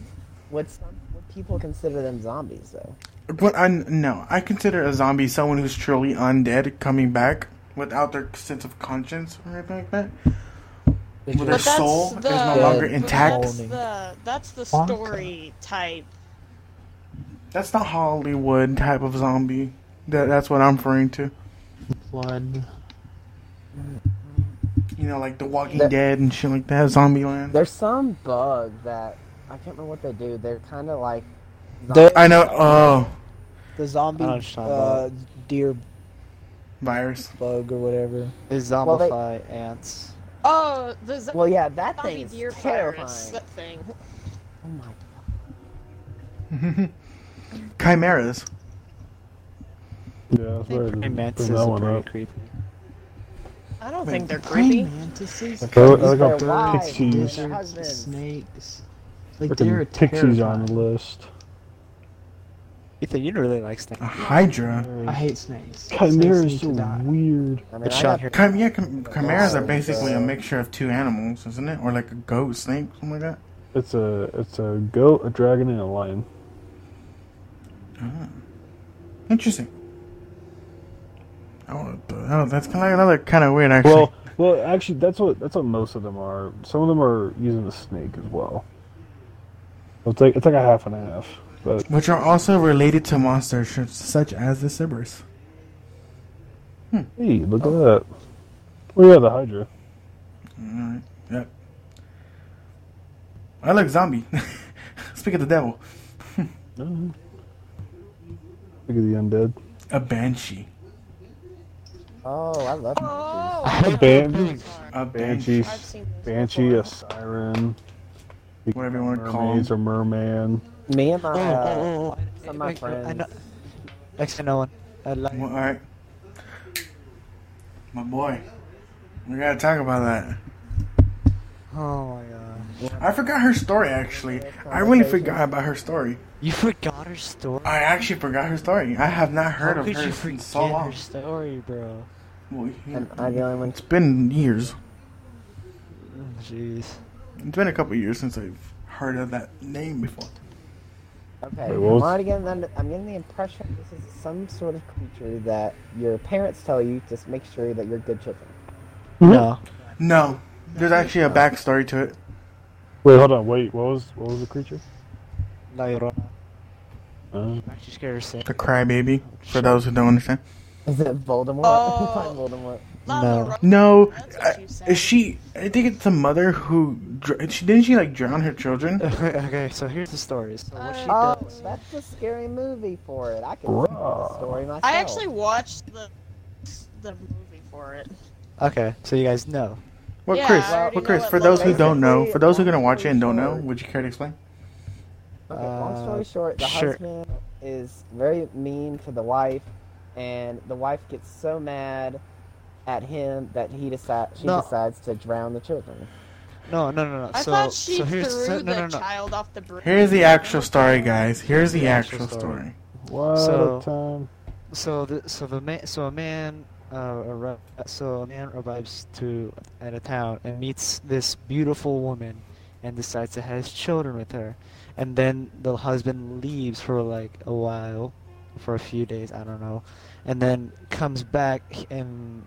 would some would people consider them zombies though?
But I no, I consider a zombie someone who's truly undead coming back without their sense of conscience or anything like that. Well, their
But that's
soul
the,
is no longer
but
intact.
That's the, that's the
Wonka.
story type.
That's the Hollywood type of zombie. That that's what I'm referring to.
Blood.
You know, like The Walking
That-
Dead and shit like that. Zombie Land.
There's some bug that I can't remember what they do. They're kind of like
They're-
I know. Oh,
The zombie
I don't know what you're talking
uh, deer
virus.
bug or whatever.
They zombify ants.
Oh, the zombie
well, yeah, that
zombie
thing's
deer
terrifying.
virus. That thing.
Oh my!
Chimeras.
Yeah, that's
They
right.
prey
Bring
mantis
that
are
one
pretty
up.
creepy.
I don't
Wait,
think they're creepy.
Mantises?
Like, I like, I like
They're
how
wild.
pixies.
They're
Lizards,
husbands.
snakes. Like they're
Freaking pixies on the
terrifying.
list.
Ethan, you really like snakes.
A Hydra.
I hate snakes.
Chimeras
Snakes need to
are
die.
weird.
I mean,
Good
I
shot
got-
here.
Chim- yeah, chim- chimeras are
Wow.
basically a mixture of two animals, isn't it? Or like a goat, snake, something like that.
It's a it's a goat, a dragon, and a lion.
Interesting. Oh, oh that's kind of another kind of weird, actually.
Well, well, actually, that's what that's what most of them are. Some of them are using the snake as well. It's like it's like a half and a half. But
which are also related to monsters sh- such as the Cerberus.
hey, look at that. Oh yeah, the Hydra.
Alright, yep. I like zombie. Speak of the devil.
Mhm. Look at the undead.
A banshee.
Oh, I love
Oh,
monkeys.
I've
Ban-
seen those
A banshee.
Banshee.
I've seen those
Banshee,
before.
a siren.
Whatever you wanna call
Mermaids or merman.
Me and my
Oh,
uh,
oh, oh, oh.
some of my
Wait, no, I
friends.
know- Next to no one. I like
Well, Alright. My boy. We gotta talk about that.
Oh my god.
I forgot her story actually. I really forgot about her story.
You forgot her story?
I actually forgot her story. I have not heard
How
of
could
her
you
in
forget
so long.
her story, bro?
Well, yeah.
Am I the only one?
It's been years.
Mm, Jeez.
It's been a couple years since I've heard of that name before.
Okay,
Wait, what was-
I'm already getting the, I'm getting the impression this is some sort of creature that your parents tell you just make sure that you're good children.
Hmm?
No.
No, there's actually a backstory to it.
Wait, hold on. Wait, what was what was the creature?
La Llorona.
Uh,
I'm actually scared of saying
The crybaby, for those who don't understand.
Is it Voldemort?
Oh.
Find Voldemort.
La
No.
Llorona,
No,
That's
uh,
what you said.
is she? I think it's the mother who dr- she didn't she like drown her children.
okay, so here's the story. So what she
Oh,
does.
that's a scary movie for it. I can
Bruh.
see the story myself.
I actually watched the the movie for it.
Okay, so you guys know.
Well,
Yeah,
Chris,
I already
well,
know
Chris,
what
for those who
Lola
don't know,
is.
for those who are gonna watch it and don't know,
Sure.
would you care to explain?
Okay, long
Uh,
story short, the
sure.
husband is very mean to the wife, and the wife gets so mad at him that he decides she
No.
decides to drown the children.
No, no, no, no.
I
so,
thought she
so
threw
here's so,
the
no, no, no.
child off the bridge.
Here's the actual story, guys. Here's the
The
actual,
actual
story.
what
So-
a time.
So the so the man so a man uh arri- so a man arrives to at a town and meets this beautiful woman and decides to have children with her and then the husband leaves for like a while for a few days I don't know and then comes back and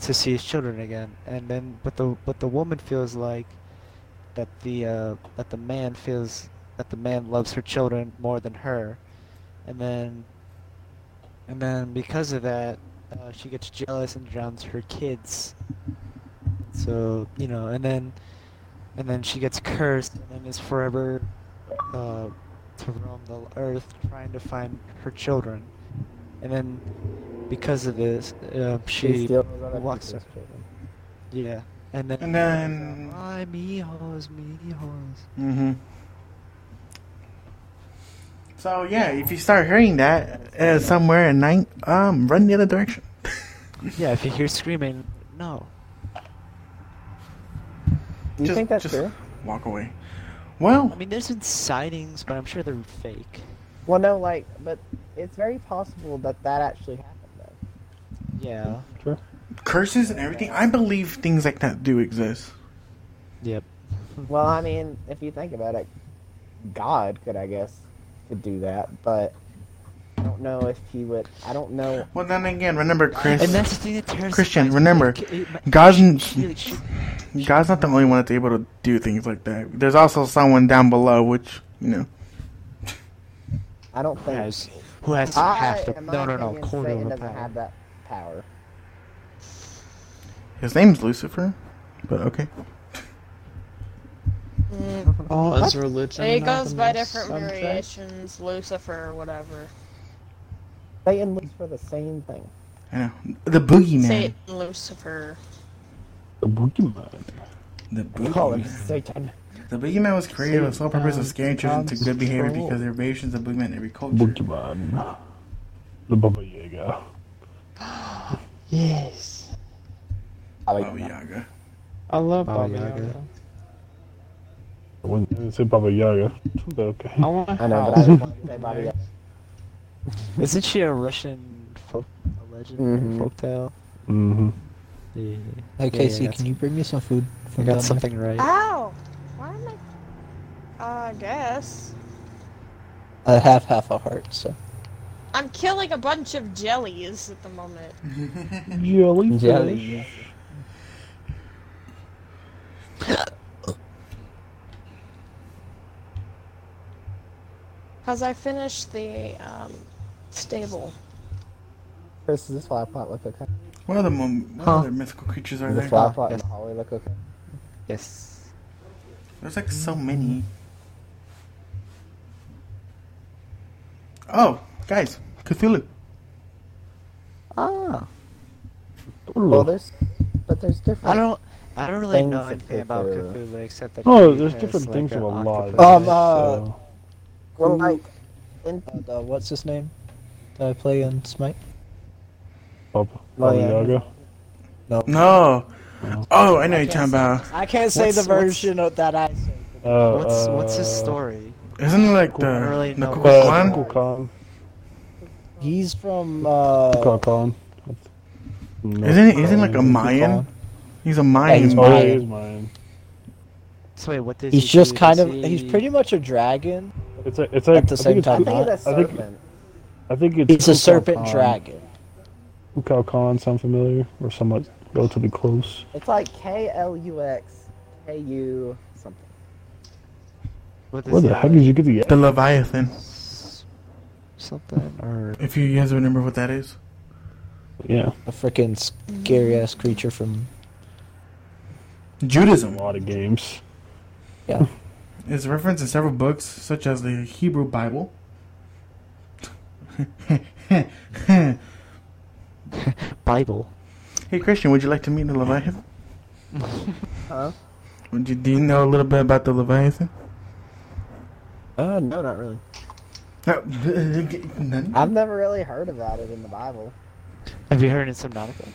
to see his children again and then but the but the woman feels like that the uh, that the man feels that the man loves her children more than her and then and then because of that, uh, she gets jealous and drowns her kids. So you know, and then, and then she gets cursed and then is forever uh, to roam the earth trying to find her children. And then, because of this, uh, she
steals other
walks.
people's children.
Yeah, and then.
And then,
My mijos, mijos.
hmm So yeah, if you start hearing that uh, somewhere at night, um, run the other direction.
Yeah, if you hear screaming, no.
Do you
Just-
think that's
just-
true?
Walk away. Well,
I mean, there's been sightings, but I'm sure they're fake.
Well, no, like, but it's very possible that that actually happened. Though.
Yeah.
curses and everything. I believe things like that do exist.
Yep.
Well, I mean, if you think about it, God could, I guess, could do that, but I don't know if he would. I don't know.
Well, then again, remember, Chris.
And that's the thing that terrifies
Christian,
me.
remember,
It- it- it-
God's n-
she- like, she-
God's not the only one that's able to do things like that. There's also someone down below, which you know.
I don't
who
think.
has, who has
I,
half the
in my
no no no
opinion,
quarter
Satan
of the
doesn't
power.
have that power.
His name's Lucifer, but okay.
Mm.
All is religion.
It
not
goes
the
by
most
different
subject?
variations, Lucifer, whatever.
Satan looks for the same thing.
I know the boogeyman.
Satan, Lucifer.
The Boogeyman.
The
We call him
boogeyman.
Satan.
The boogeyman was created with the sole purpose of
Satan's
scaring children to good behavior
control.
because there are variations of boogeyman in every culture.
Boogeyman. The Baba Yaga.
Yes.
I
Oh,
Baba
like that.
Oh, Yaga.
I love
Oh,
Baba
yeah, I
Yaga.
get it.
I wouldn't- I didn't say Baba Yaga. But okay.
I want.
I know, but I just wanted to say Baba Yaga.
Isn't she a Russian folk a legend
Mhm.
folk tale?
Mm-hmm.
Yeah.
Hey
Yeah, yeah,
Casey,
that's-
can you bring me some food
I
from down
got
there?
something right.
Ow! Why am I? I guess
I have half a heart, so
I'm killing a bunch of jellies at the moment.
Jellyfish.
Jelly.
Cause I finished the um, stable.
Chris, does this firepot look okay?
What other, mum what
Huh.
other mythical creatures are
Does this
there?
firepot in
yes.
the hallway look okay?
Yes.
There's like so many. Oh, guys, Cthulhu.
Ah.
Well, there's, but there's different.
I don't. I don't really
Things
know
of
anything about
Cthulhu.
Cthulhu except that.
Oh,
he
there's
has,
different
like,
things
an
of a lot.
octopus.
Um, uh,
so-
Well, like, in,
Uh, what's his name? Did I play on Smite?
Bob,
well,
Baba
oh, yeah.
Yaga.
No.
No.
Oh, I know you're talking about.
I can't say the
What's- what's-
version of that I say.
Uh,
What's What's his
uh,
story?
Isn't it like the
I don't really
the
know.
Ku-
Uh,
Klan?
Kukulkan.
He's from uh,
Kukulkan. No,
Isn't it? Isn't it like a
Kukulkan.
Mayan? He's a
Yeah, he's
Mayan.
Oh, yeah,
Mayan.
he is Mayan.
So wait, what does
he's
he
just
do?
kind
Does
of
he-
he's pretty much a dragon.
It's like, it's like
At the
I
same
think
time,
I
it's,
think of
not-
the
I think-
serpent.
I think it's.
He's a serpent
Kukulkan.
dragon.
Kukulkan sound familiar or somewhat relatively close?
It's like K L U X K U something.
What does
Where
he
the
have,
heck did you get the?
The Leviathan.
s- Something or
If you guys remember what that is.
Yeah,
A freaking scary ass creature from
a
Judaism
lot of games.
is referenced in several books, such as the Hebrew Bible. hey
Bible.
Christian, would you like to meet the Leviathan?
Huh?
Would you, do you know a little bit about the Leviathan?
Uh, no, not really.
No. Uh, None?
I've never really heard about it in the Bible.
Have you heard in Subnautica?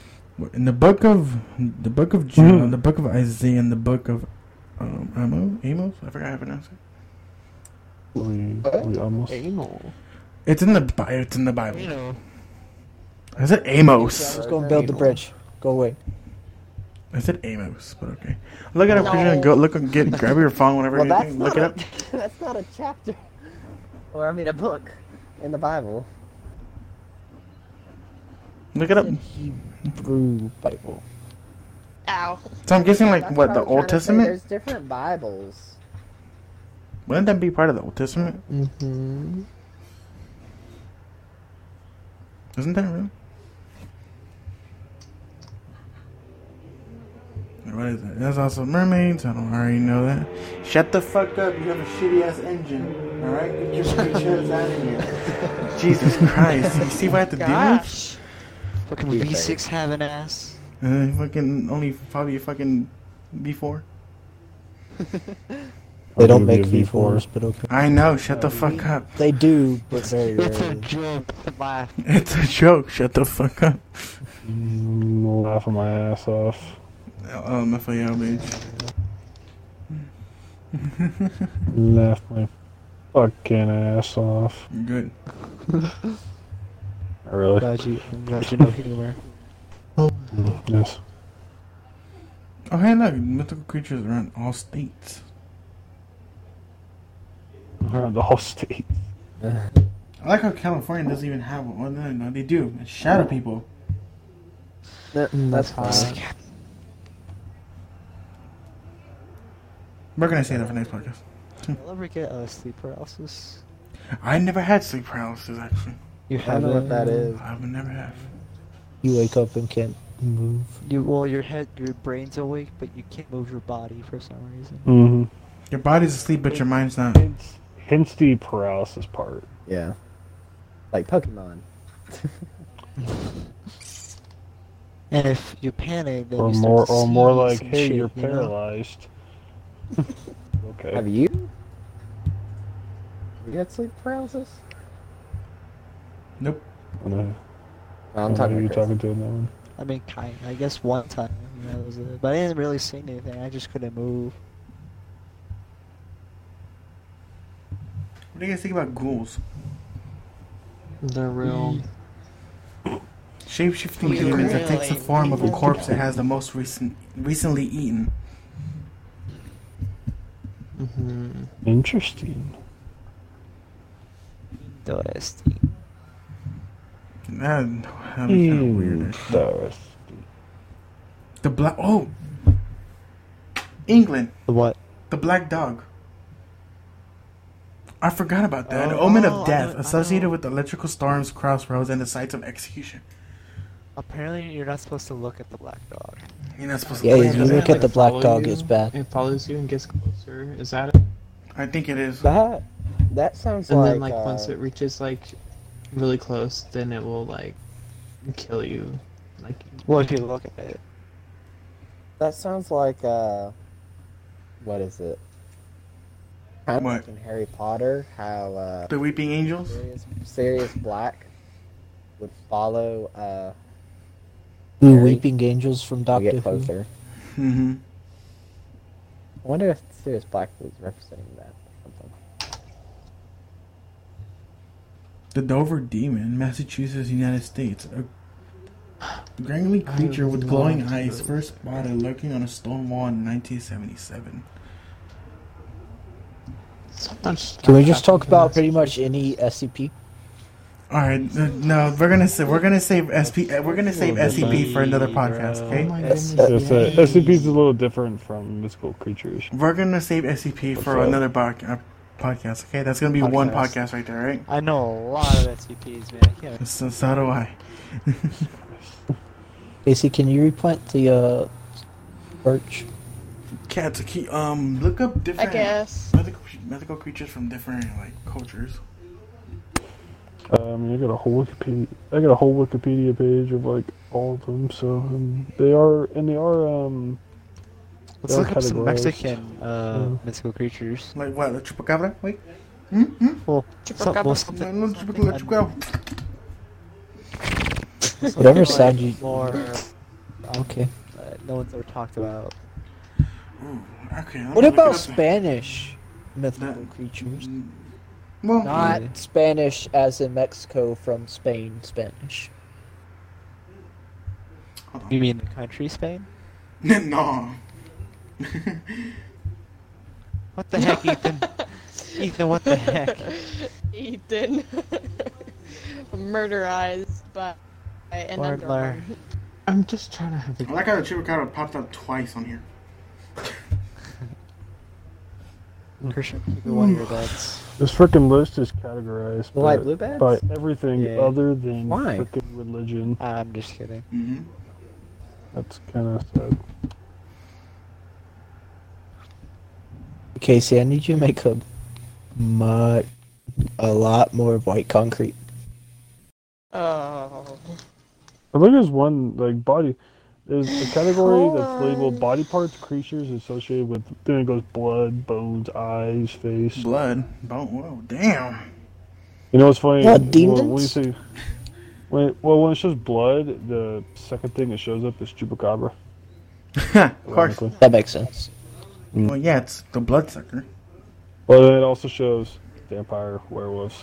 In the book of the book of Jude,
Mm-hmm.
the book of Isaiah, and the book of um, Amo, Amos, I forgot how to pronounce it.
We, we almost.
It's in the Bible. It's in the Bible.
You know,
I said Amos.
I was going to build the bridge. Go away.
I said Amos, but okay. Look it up, Christian.
No.
Go look and get grab your phone whenever
Well,
you
that's
think. Look
not,
it
a,
up.
that's not a chapter. Or, I mean, a book in the Bible.
Look it up.
Hebrew Bible.
Ow.
So I'm guessing like
That's
what
I
the
was
Old
trying to say,
Testament.
There's different Bibles.
Wouldn't that be part of the Old Testament?
Mm-hmm.
Isn't that real? Or What is that? That's also mermaids. I don't already know that. Shut the fuck up. You have a shitty ass engine. All right, get your bitch ass out of here. Jesus Christ! You see what I have to
Gosh.
fucking V6 have an ass.
deal with? Uh, fucking only probably fucking before.
They don't
I'll
make
give you a
V4s, but okay.
I know. Shut the fuck up.
They do, but very
It's a
rarely.
joke. Laugh.
It's a joke. Shut the fuck up.
Mm, laughing my ass off.
Um, FAO, bitch.
Laugh my fucking ass off.
Good.
Not really?
Glad you, I'm glad you know humor.
Yes.
Oh, hey, look. Mythical creatures around all states.
Around the whole state.
I like how California doesn't even have one. Well, no, no, they do. It's shadow people.
mm, that's fine.
We're gonna say that for next podcast. Hmm.
I'll ever get uh, sleep paralysis.
I never had sleep paralysis. Actually,
You
I don't
have
know what that is.
I would never have.
You wake up and can't move.
You well, your head, your brain's awake, but you can't move your body for some reason.
Mm-hmm.
Your body's asleep, but your mind's not.
Hence, hence the paralysis part.
Yeah. Like Pokemon.
And if you panic, then
Or
you start
more,
to
or more
see
like,
some
hey,
shit,
you're
you know?
paralyzed. okay.
Have you? Have you had sleep paralysis?
Nope.
I don't know.
No,
I don't know
I'm
who
talking
you're
to Chris.
talking to in that one.
I mean, kind. I guess one time, you know, that was it. but I didn't really see anything. I just couldn't move.
What do you guys think about ghouls?
They're real.
Shape shifting
We
demons that
really
takes the form of a
need
corpse that has the most recent recently eaten.
Mm-hmm.
Interesting.
Interesting.
That that'd be kind
Hmm.
Hmm.
of weird. actually.
Interesting.
The black. Oh, England.
What?
The black dog. I forgot about that. An
Oh,
omen
I
of death
know- I
associated
know.
with electrical storms, crossroads, and the sites of execution.
Apparently, you're not supposed to look at the black dog.
You're not supposed to
Yeah,
look
you
at that.
Doesn't
look
it,
at the black
follow
dog,
you?
it's bad.
It follows you and gets closer. Is that it?
I think it is.
That that sounds
And
like,
then like
uh,
once it reaches like really close, then it will like kill you. Like
Well, if you look at it,
that sounds like
uh, what is it? Kind of
What?
like in Harry Potter, how uh,
The Weeping Angels.
Sirius, Sirius Black would follow uh,
the
Harry.
weeping angels from
to
Doctor
get
Who.
closer.
Mm-hmm.
I wonder if Sirius Black was representing that. or something.
The Dover Demon, Massachusetts, United States. A gangly
I
creature with glowing
love
eyes
those.
first spotted lurking on a stone wall in 1977.
so much. stuff
Can we just talk
happens in
about
this.
pretty much any SCP?
All right, uh, no, we're gonna sa- we're gonna save SP uh, we're gonna save
Oh,
SCP for another
buddy,
podcast,
bro.
okay?
Oh my
That's-
goodness.
That's it.
yay.
SCP is a little different from mystical creatures.
We're gonna save SCP for
Okay.
another bo- uh, podcast, okay? That's gonna be one
Podcast.
podcast right there, right?
I know a lot of SCPs, man. I can't.
So, so do I.
Casey, can you replant the uh, birch?
Cats, okay, um, look up
I
different
guess.
mythical, mythical creatures from different like cultures.
Um, I got a whole Wikipedia. I got a whole Wikipedia page of like all of them. So um, they are, and they are. Um,
Let's
They're
look up some
categorized.
Mexican uh,
Yeah.
mythical creatures.
Like what? The chupacabra? Wait. Mm-hmm.
Well, some, well,
Chupacabra.
something, something
chupacabra.
un-
chupacabra.
something
Whatever
like
sound you-
more
Okay.
that no one's ever talked about.
Ooh, okay. let me
What
look it
about
up.
Spanish mythical creatures?
Mm, Well,
Yeah.
Not Spanish as in Mexico from Spain, Spanish.
hold
You mean the country Spain?
on. no.
What the heck, Ethan? Ethan, what the heck?
Ethan. Murderized by an
Lord,
underarm.
I'm just trying to have
I
a
like how the chupacabra popped up twice on here.
Christian, keep it one of your beds.
this freaking list is categorized
The light
by-
blue beds?
by everything
Yeah.
other than
Why?
freaking religion.
I'm just kidding.
Mm-hmm.
That's kind of sad.
Casey, I need you to make a much, a lot more white concrete.
Oh.
I think there's one like body. There's a category
Hold
that's labeled
on.
body parts, creatures associated with. Then it goes blood, bones, eyes, face.
Blood. Bone. Whoa, damn.
You know what's funny?
What,
Well, When you
demons?
say, when it- well, when it shows blood, the second thing that shows up is chupacabra.
of course.
ironically.
That makes sense.
Well, yeah, it's the bloodsucker.
But then it also shows vampire, werewolves,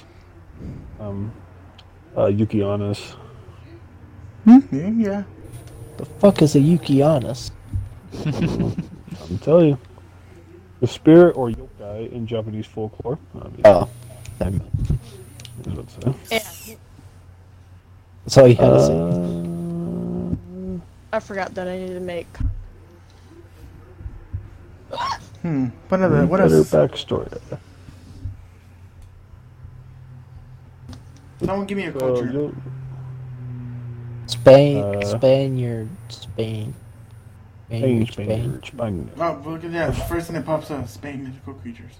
um, uh, Yukianas.
Yeah, yeah.
The fuck is a Yukianas?
I'm telling you, the spirit or yokai in Japanese folklore. Obviously,
Oh, never mind.
is what it says.
Yeah,
that's all you had to say.
Uh,
I forgot that I needed to make.
Hmm. What other? What
better
else?
backstory?
Someone give me a
So
culture.
you-
Spain,
Uh,
Spaniard,
Spain,
Spain, Spaniard, Spain.
Spain, Spain,
Oh, look at that. First thing that pops up: Spain mythical creatures.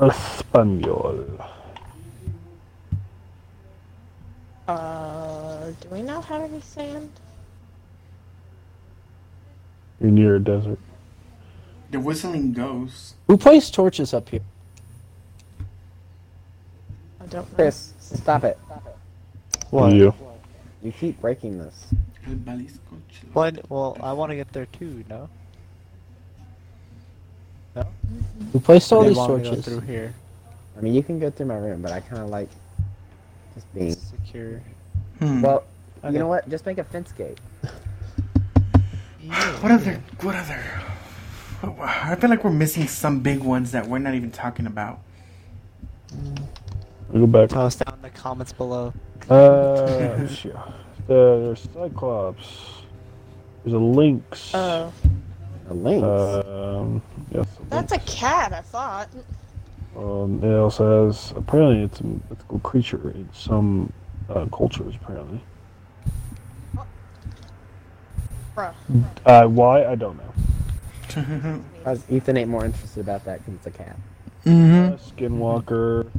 Espanol.
Uh, do we not have any sand?
You're near a desert.
The whistling ghost.
Who plays torches up here?
I don't know.
Chris, stop it.
What?
You.
You keep breaking this.
El Balisco Chilo.
What? Well, I want to get there too. No.
Who placed all
They
these
want me to go
torches?
through here.
I mean, you can go through my room, but I kind of like just being.
Secure.
Hmm.
Well,
Okay.
you know what? Just make a fence gate.
What other? What other? what- I feel like we're missing some big ones that we're not even talking about.
We go back.
Post down in the comments below.
Uh, shit. The, there's Cyclops. There's a Lynx.
Oh,
A lynx.
Uh,
um, yes.
that's a cat. I thought.
Um, it also has apparently it's a mythical creature in some uh, cultures. Apparently,
Bruh.
uh, why I don't know.
I was, Ethan ain't more interested about that because it's a cat.
Hmm.
mm-hmm.
Skinwalker.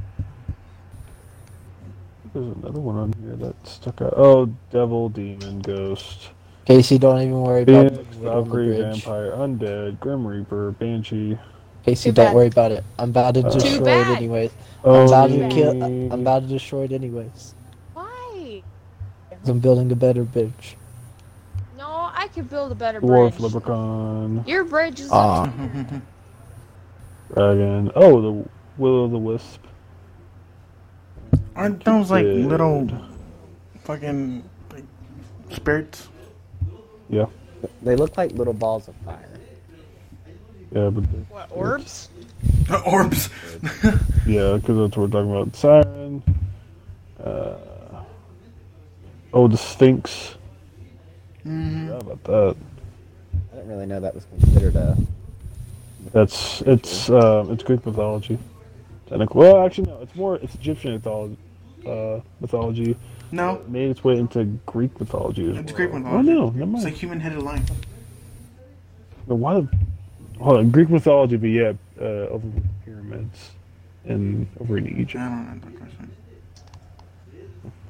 There's another one on here that stuck out. Oh, devil, demon, ghost,
Casey, don't even worry about
phoenix,
it.
valkyrie, vampire, undead, grim reaper, banshee.
Casey,
Too
don't
bad.
worry about it. I'm about to
Too
destroy
bad.
it anyways. I'm
Uh, Oh,
about to kill. I'm about to destroy it anyways.
Why?
'Cause I'm building a better bitch.
No, I could build a better
dwarf,
bridge.
leprechaun,
Your bridge is
Ah.
dragon. Oh, the will o' the wisp.
Aren't those like
Cupid.
little fucking like, spirits?
Yeah,
They look like little balls of fire.
yeah, but the-
what orbs?
Orbs.
Yeah, because that's what we're talking about. Siren. Uh, oh, the Sphinx.
Mhm.
Forgot about that.
I didn't really know that was considered a.
That's it's um, it's Greek mythology. Technically, well, actually, no. It's more it's Egyptian mythology. Uh, mythology
No,
made its way into Greek mythology. As
it's
well.
Oh. Greek
Oh
mythology.
no, never
It's
mind.
like human-headed lion.
But why? The, hold on, Greek mythology, but yeah, uh, over the pyramids and over in
I
Egypt.
don't know. That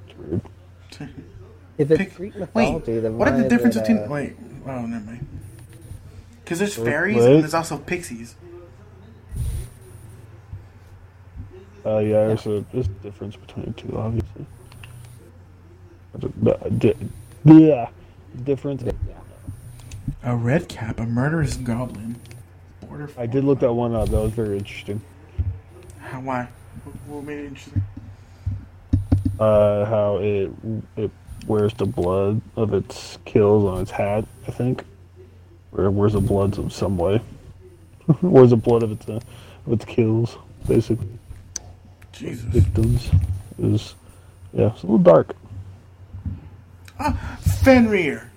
It's weird.
question.
If it's
Pick-
Greek
Wait,
mythology, then
what
why
are the
is
difference
it,
between?
uh,
Wait, oh, never mind. Because there's
Wait,
fairies
what?
and there's also pixies.
Uh, yeah, there's a, there's a difference between the two, obviously. There's a- the- di- Yeah, difference.
yeah.
A red cap, a murderous goblin. Border
I did look that one up. That was very interesting.
How, why? What- What made it interesting?
Uh, how it it wears the blood of its kills on its hat, I think, or it wears the bloods of some way. wears the blood of its uh, of its kills, basically
Jesus.
victims. Is yeah, it's a little dark.
Ah, Fenrir.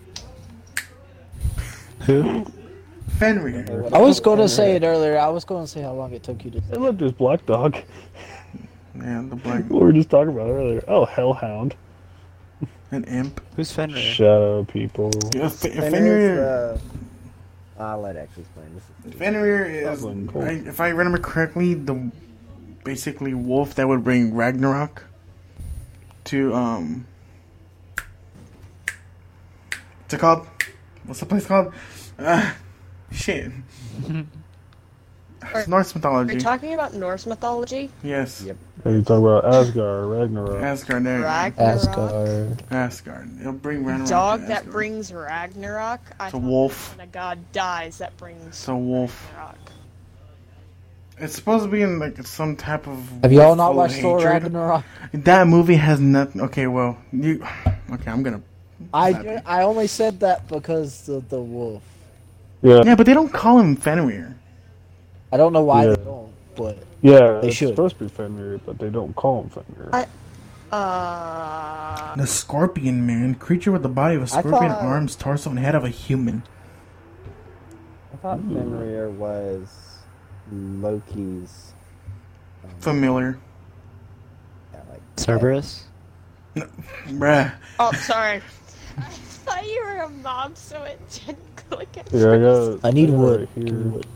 Fenrir.
I was going to say it earlier. I was going to say how long it took you to.
And look, there's Black Dog.
Yeah, the black,
What we were just talking about earlier. Oh, Hellhound.
an imp.
Who's Fenrir?
Shadow people.
Yeah, Fe-
Fenrir's,
Fenrir.
uh, I'll let X explain this. Is
Fenrir is,
Goblin, cool.
I, if I remember correctly, the basically wolf that would bring Ragnarok to um. What's it called? What's the place called? Uh, shit. It's Norse
Are you
mythology.
talking about Norse mythology?
Yes.
Yep.
Are you talking about Asgard, Ragnarok?
Asgard. There. you go.
Ragnarok?
Asgard.
Asgard. It'll bring Ragnarok.
Dog
to
that
Asgard.
brings Ragnarok? I
It's a
thought
wolf.
when a god dies, that brings
It's a wolf.
Ragnarok.
It's supposed to be in like some type of.
Have y'all
full
not
of
watched Thor
hatred.
Ragnarok?
That movie has nothing. Okay, well, you. Okay, I'm gonna.
I,
That'd
ju- I only said that because of the wolf.
Yeah,
Yeah, but they don't call him Fenrir.
I don't know why
Yeah.
they don't, but
yeah.
They
it's
should.
supposed to be Fenrir, but they don't call him Fenrir.
I- Uh,
The Scorpion Man, creature with the body of a scorpion,
thought-
arms, torso, and head of a human.
I thought Fenrir was Loki's. um,
Familiar.
yeah, like,
Cerberus?
Bruh.
oh, sorry. I thought you were a mom, so it didn't click at
Here, I
first.
got.
I need
it
wood.
Right
Give
here.
me wood.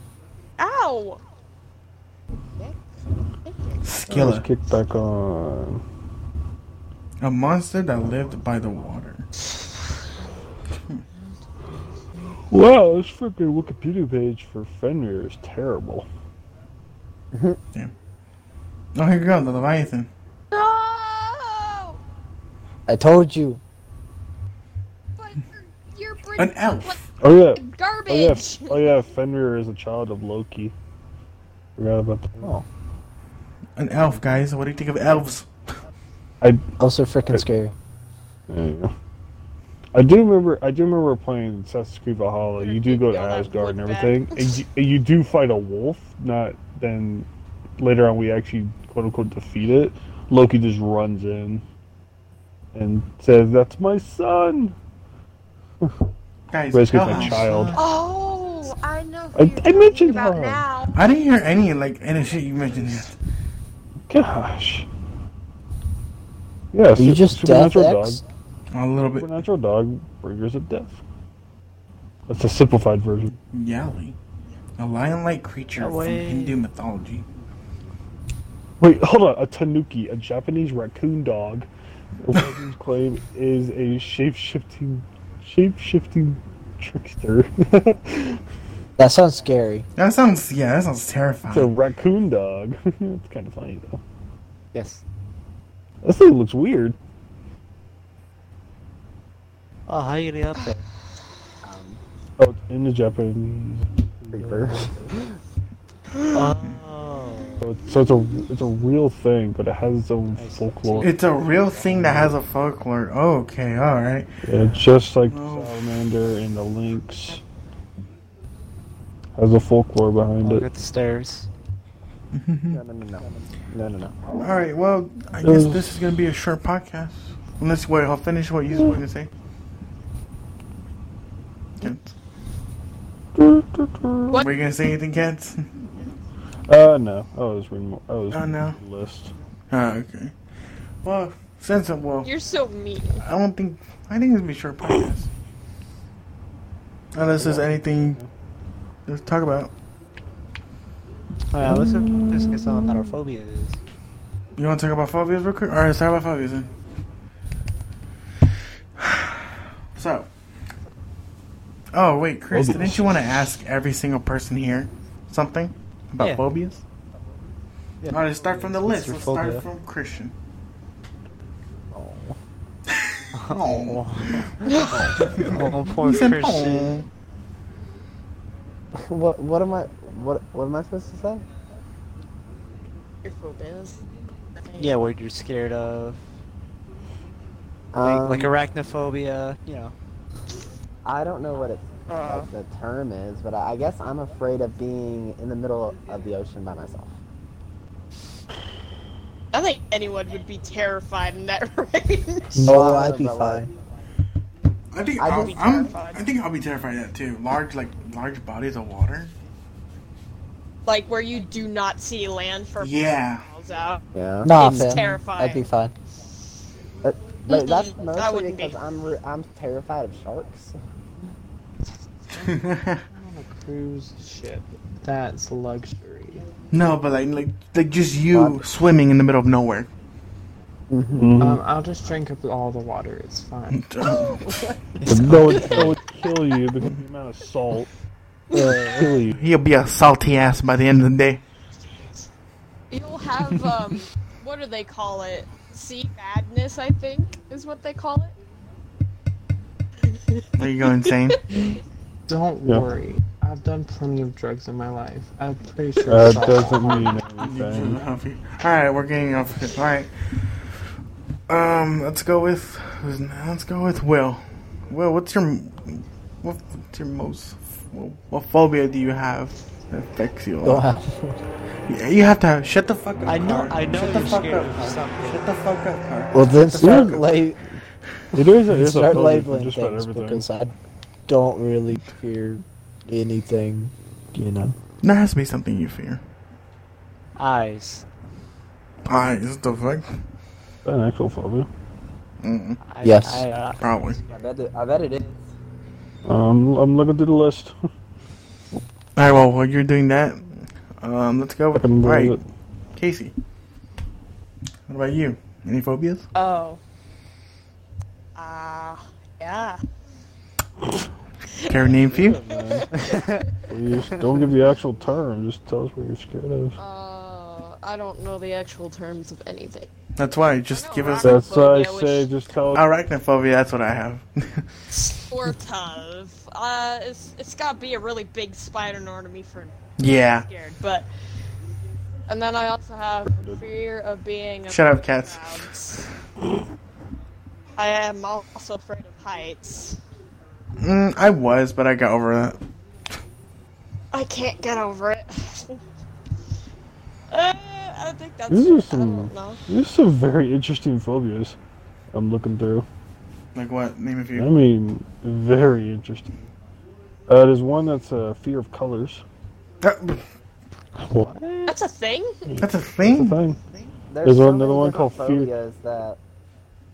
Ow!
Let's
Skilla,
kick back on.
a monster that lived by the water.
Wow, this freaking Wikipedia page for Fenrir is terrible.
Oh, here you go, the Leviathan.
No!
I told you.
But your bridge
An elf.
Oh yeah, oh yeah,
garbage!
oh yeah. Fenrir is a child of Loki. Forgot about that.
Oh.
An elf, guys. What do you think of elves?
Also freaking scary.
There you go. I do remember. I do remember playing Assassin's Creed Valhalla. You do go to
All that
Asgard and
wood back.
everything, and you, and you do fight a wolf. Not then. Later on, we actually quote unquote defeat it. Loki just runs in and says, "That's my son."
Guys,
Rescued my
hellhounds.
child.
Oh! Oh, I know.
I-
Who you're
I
talking
mentioned
about
her.
now.
I didn't hear any like any shit you mentioned yet.
Gosh. Yes.
Are you just death
supernatural dog.
X?
A little bit
Supernatural dog bringers of death. That's a simplified version.
yali. A lion-like creature
No
from
way.
Hindu mythology.
Wait, hold on. A tanuki, a Japanese raccoon dog, the legend's claim is a shape-shifting, shape-shifting trickster. it's
That sounds scary.
That sounds yeah, that sounds
a
terrifying.
raccoon dog. it's kind of funny though.
Yes.
This thing looks weird.
Oh, how you getting up there?
Um,
Oh, it's in the Japanese paper.
Oh.
So it's, so it's a it's a real thing, but it has its own
I see.
folklore.
It's a real thing that has a folklore. okay, all right.
Yeah, just like the
Oh.
salamander and the lynx. Has a folklore behind
I'll
it.
get the stairs.
no, no, no, no, no, no, no.
All right. Well, I guess this is gonna be a short podcast. Unless wait, I'll finish what you were going to say. Kent.
What?
Were you gonna say anything, Kent?
Uh, no. I was reading. more- I was
Oh, no.
reading the list.
Ah, okay. Well, since uh, well,
You're so mean.
I don't think I think it's gonna be a short podcast. Unless there's anything to talk about.
Oh yeah, let's let's get
Uh,
some about our phobia is.
You want to talk about phobias real quick? All right, let's talk about phobias then. So, oh wait, Chris,
Phobias.
didn't you want to ask every single person here something about
Yeah.
phobias?
Yeah.
All right, start from the
What's
list.
your
Let's
phobia?
start from Christian.
Oh, oh poor
He said,
Christian.
"Aw."
What? What am I? What? What am I supposed to say?
Your phobias.
Yeah, what you're scared of.
Um,
Like, like
Um,
arachnophobia, you know.
I don't know what it,
Uh,
like, the term is, but I I guess I'm afraid of being in the middle of the ocean by myself.
I think anyone would be terrified in that range.
Oh,
Well,
I'd be
but, like,
fine.
I think
I'd
I'll,
be
I'm.
terrified.
I think I'll be terrified of that too. Large, like large bodies of water.
Like where you do not see land for
Yeah.
miles out.
Yeah.
Nah,
it's
fam.
terrifying.
I'd be fine.
But that's
Mm-mm, I
mostly
wouldn't be.
because I'm re- I'm terrified of sharks.
I'm on a cruise ship. That's luxury.
no, but like, like, like just you
What?
swimming in the middle of nowhere.
Mm-hmm.
Um, I'll just drink up all the water. It's
Mm.
fine.
But no, one, no one kill you because the amount of salt. Uh, kill you.
He'll be a salty ass by the end of the day.
You'll have um, what do they call it? Sea madness, I think, is what they call it.
Are you going insane?
Don't
Yeah.
worry. I've done plenty of drugs in my life. I'm pretty sure.
That
salt-
doesn't mean anything.
Alright, we're getting off it. Alright. Um, let's go with who's now? let's go with Will. Will, what's your what, what's your most what, what phobia do you have that affects you? a
Don't
lot?
have.
Yeah, you have to have, shut the fuck up.
I know,
Carl.
I know
Shut the
you're
fuck
scared
up,
of
Carl.
something.
Shut the fuck up, Carl.
Well, then start, la-
It is a, it's a phobia
start
for
labeling
just about
things
everything.
because I don't really fear anything, you know.
There has to be something you fear.
Eyes.
Alright, what the fuck?
Is that an actual phobia?
Mm,
I,
Yes.
I, uh,
probably.
I bet it, I bet it is.
Um, I'm looking through the list.
Alright, well, while you're doing that, um, let's go
I
with.
can
Alright,
believe it.
Casey. What about you? Any phobias?
Oh. Ah, yeah.
Care to name a few?
Please, don't give the actual term. Just tell us what you're scared of.
Uh, I don't know the actual terms of anything.
That's why. Just
know
give us
Robert.
That's why I
Phobia,
say.
which-
Just tell us.
arachnophobia. That's what I have.
Sort of. Uh, it's, it's gotta be a really big spider in order to me for
yeah.
scared, but. And then I also have fear of being.
Shut up, cats.
cats. I am also afraid of heights.
Mm, I was, but I got over that.
I can't get over it. uh, I think that's.
These are
I
some.
don't know.
These are some very interesting phobias. I'm looking through.
Like what? Name a
I
few.
mean, very interesting. Uh, there's one that's uh, fear of colors.
That-
What?
That's a thing?
that's a
That's the
thing.
thing.
There's,
There's
so
another
many
one
different
called Fear-
phobias that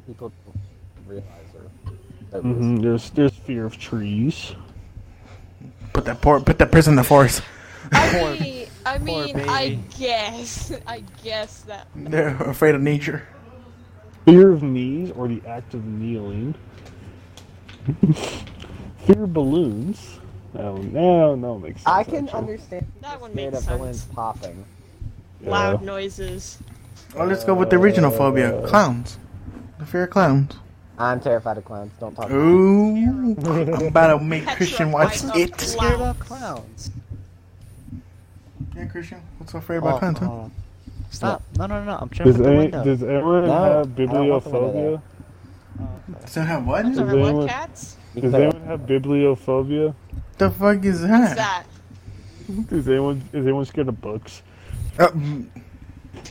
people don't realize are phobias.
hmm There's there's fear of trees.
Put that poor, put that person in the forest.
I mean, I,
poor
mean, I
baby.
guess. I guess that.
They're afraid of nature.
Fear of knees or the act of kneeling. fear of balloons. No, no, no, makes sense.
I can
actually.
understand
That one
scared
makes
of balloons
sense.
popping.
Yeah.
Loud noises.
Well, let's go with the original phobia:
Uh,
clowns. The fear of clowns.
I'm terrified of clowns. Don't talk. about it.
Ooh, I'm about to make Christian watch
Petrified of
it.
clowns.
Scared of clowns.
Yeah, Christian, what's so afraid about
Oh,
clowns? Huh?
oh. Stop. No, no, no, no. I'm trying
Does,
to the
any,
window.
does anyone have
No, I don't want them in
bibliophobia?
So have what?
I'm sorry,
they
what
were-
cats?
You
Does
put it-
anyone have bibliophobia?
The fuck is
What's
that?
that?
Is anyone is anyone scared of books?
Uh, mm,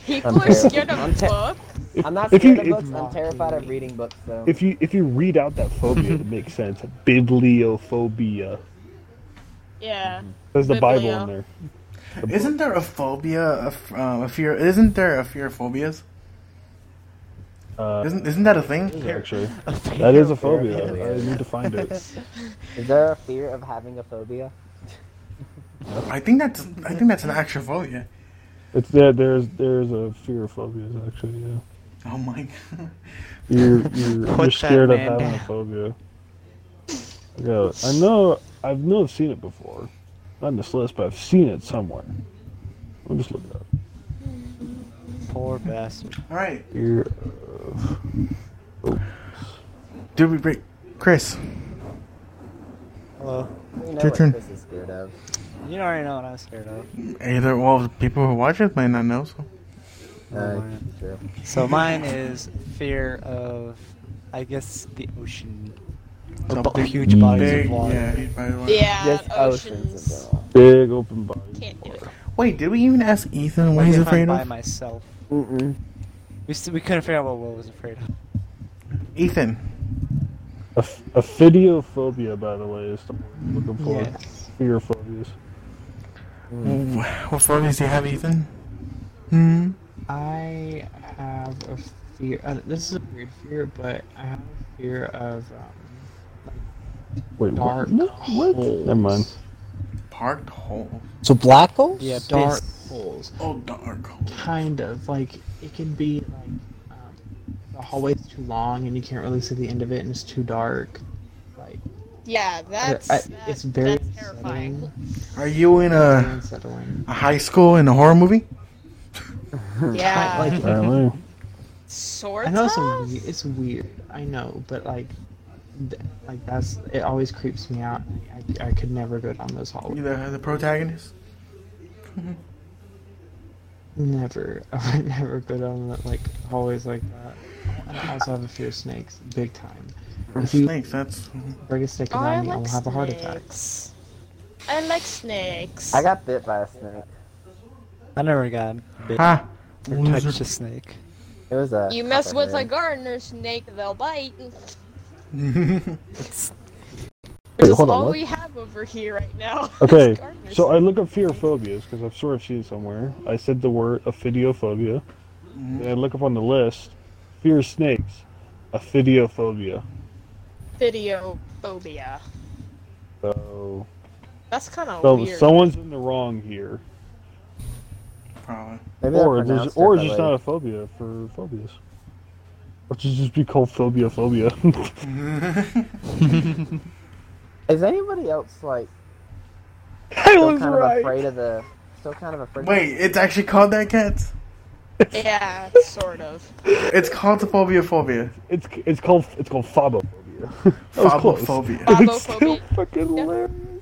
People are
terrified.
scared
I'm
of
ter-
books.
If,
I'm not
if you
scared of
if-
books. I'm terrified of reading books, though.
if you if you read out that phobia, it makes sense. Bibliophobia.
Yeah.
There's the Bible
Biblio.
in there. The
isn't there a phobia of uh, a fear? Isn't there a fear of phobias?
book. Uh,
Isn't isn't that a
it
thing?
is actually that is a phobia.
Biblio.
I need to find it.
Is there a fear of having a phobia?
I think that's I think that's an actual phobia.
It's there. There's there's a fear of phobias actually. Yeah.
Oh my god.
You're you're,
Put
you're
that
scared of
man
having a
down.
phobia. Yeah, I know. I've know I've seen it before. Not in this list, but I've seen it somewhere. I'll just look it up.
Poor bastard.
All right,
Fear of.
do we break? Chris,
Hello.
You know
Your
what
turn.
Chris is scared of.
You already know what I'm scared of.
either well, people who watch it might not know. So.
Uh,
mine.
true.
So mine is fear of, I guess, the ocean. Or
So
bo-
big-
huge bodies
Big,
of water.
yeah, huge bodies of water.
Yeah,
Just oceans in
oceans.
general.
Big open body.
Can't do it.
Wait, did we even ask Ethan what
Like,
he's
if I'm
afraid
by
of?
myself.
Mm-mm.
We, st- we couldn't figure out what Will was afraid of.
Ethan,
A, a phidiophobia, by the way, is the word I'm looking for.
Yes.
Fear phobias.
wh- what phobias do you have, Ethan? Hmm.
I have a fear. Uh, this is a weird fear, but I have a fear of um,
Wait,
dark
what? No, what?
holes.
Never mind.
Parked hole.
So black holes?
Yeah,
Dark
bis-
holes.
Oh, dark hole.
Kind of like it can be like um, the hallway's too long and you can't really see the end of it and it's too dark. Like
Yeah,
I-
that's.
I-
that-
it's very
that's terrifying.
Are you in
Very
a,
unsettling.
a high school in a horror movie?
Yeah.
Like
Uh,
Apparently.
sort
I know it's, a
of?
we- it's weird. I know, but like, th- like that's it always creeps me out. and I, I could never go down those
You
hallways.
the, the protagonist?
Never, I would never go down the, like hallways like that. And I also have a fear of snakes, big time. If you
Snakes, that's.
break a snake
Oh, I
around me,
like
I will have a heart attack.
snakes. I like snakes.
I got bit by a snake.
I never got bit
Ha!
or touched a snake.
It was a.
you mess with a
copperhead.
gardener snake, they'll bite.
Wait,
That's
hold on,
all
what?
we have over here right now.
Okay,
is gardener
so I
snake.
look up fear phobias because I've sort of seen it somewhere. I said the word ophidiophobia. And I look up on the list, fear of snakes, ophidiophobia.
video phobia.
So,
That's kind of
so
Oh, weird.
someone's in the wrong here,
Probably.
Maybe they're
or there's,
pronounced
or it's just
differently.
not a phobia for phobias, or should just be called phobia phobia.
Is anybody else like
I
still
was
kind of
right.
afraid of the? Still kind of afraid.
Wait, it's actually called that, cats?
yeah, sort of.
It's called the phobia phobia.
It's it's called it's called phobophobia. that was close.
Phobophobia.
It's still
Phobophobia.
fucking
Yeah.
hilarious.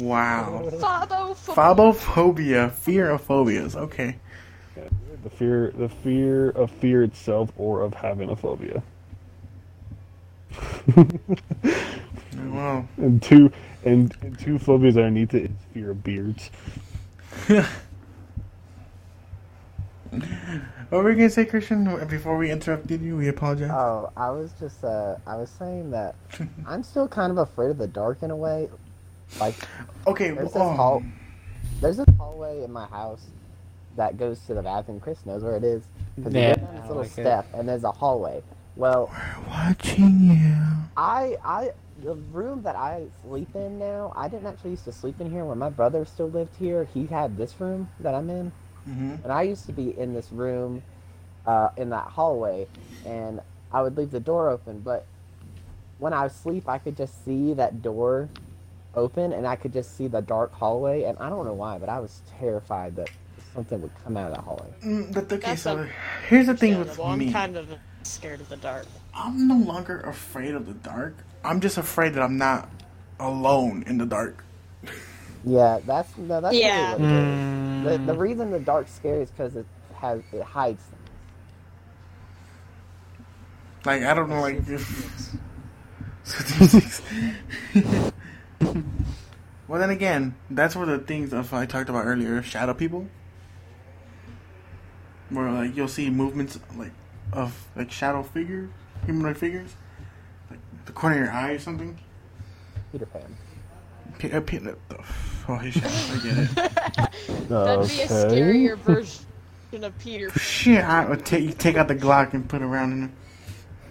Wow.
Phobophobia.
Phobophobia, fear of phobias. Okay.
The fear, the fear of fear itself, or of having a phobia.
Wow.
And two and, and two phobias I need to is fear of beards.
What were you gonna say, Christian? Before we interrupted you, we apologize.
Oh, I was just uh, I was saying that I'm still kind of afraid of the dark in a way, Like
Okay.
There's
Well,
this hall.
um,
There's this hallway in my house that goes to the bathroom. Chris knows where it is because
Yeah,
you go down
I
this little
like it.
step and there's a hallway. Well,
we're watching you.
I I the room that I sleep in now. I didn't actually used to sleep in here when my brother still lived here. He had this room that I'm in,
Mm-hmm.
hmm
and I used to be in this room, uh, in that hallway, and I would leave the door open. But when I was asleep, I could just see that door open, and I could just see the dark hallway. And I don't know why, but I was terrified that something would come out of that hallway.
Mm, but okay,
That's
so here's the thing with
Understandable. I'm
me.
kind of scared of the dark.
I'm no longer afraid of the dark. I'm just afraid that I'm not alone in the dark.
Yeah, that's no, that's really
Yeah.
what it is. The,
Mm.
the reason the dark's scary is because it has it hides. things.
Like I don't know, like if. well, then again, that's where the things of I talked about earlier, shadow people, where like you'll see movements like of like shadow figures, humanoid figures, like the corner of your eye or something.
Peter Pan.
P- uh, P- uh, oh, he's shadow. I get it.
That'd be a scarier version of Peter.
Shit, I would take you take out the Glock and put it around in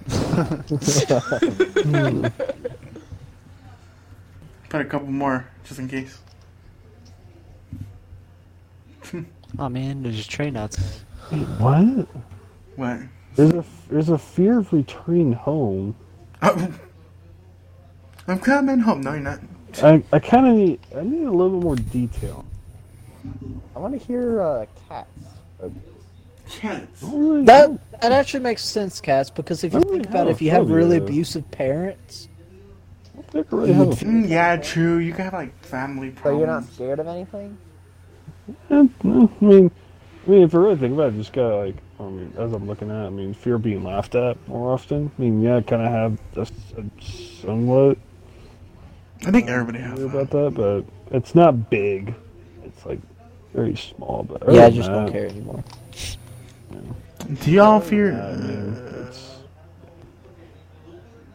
it. Put a couple more just in case.
Oh man, there's a train outside.
What?
What?
There's a there's a fear of returning home.
Oh, I'm coming home. No, you're not.
I, I kind of need I need a little bit more detail.
I want to hear uh, cats.
Cats.
I don't really-
That that actually makes sense, Cass, because if you
Really
think about it, if you
have a
have really
phobia.
abusive parents,
I don't really have a-
Mm, yeah, true. You can have like family
So
problems.
you're not scared of anything?
Eh, no, I mean, I mean, if I really think about it, just gotta like, I mean, as I'm looking at, it, I mean, fear of being laughed at more often. I mean, yeah, I kind of have a, s- a somewhat
I think everybody has.
fear
That.
about that, but it's not big. It's like very small, but other
yeah, I
than
just
that,
don't care anymore.
Do y'all fear?
yeah, I mean, it's,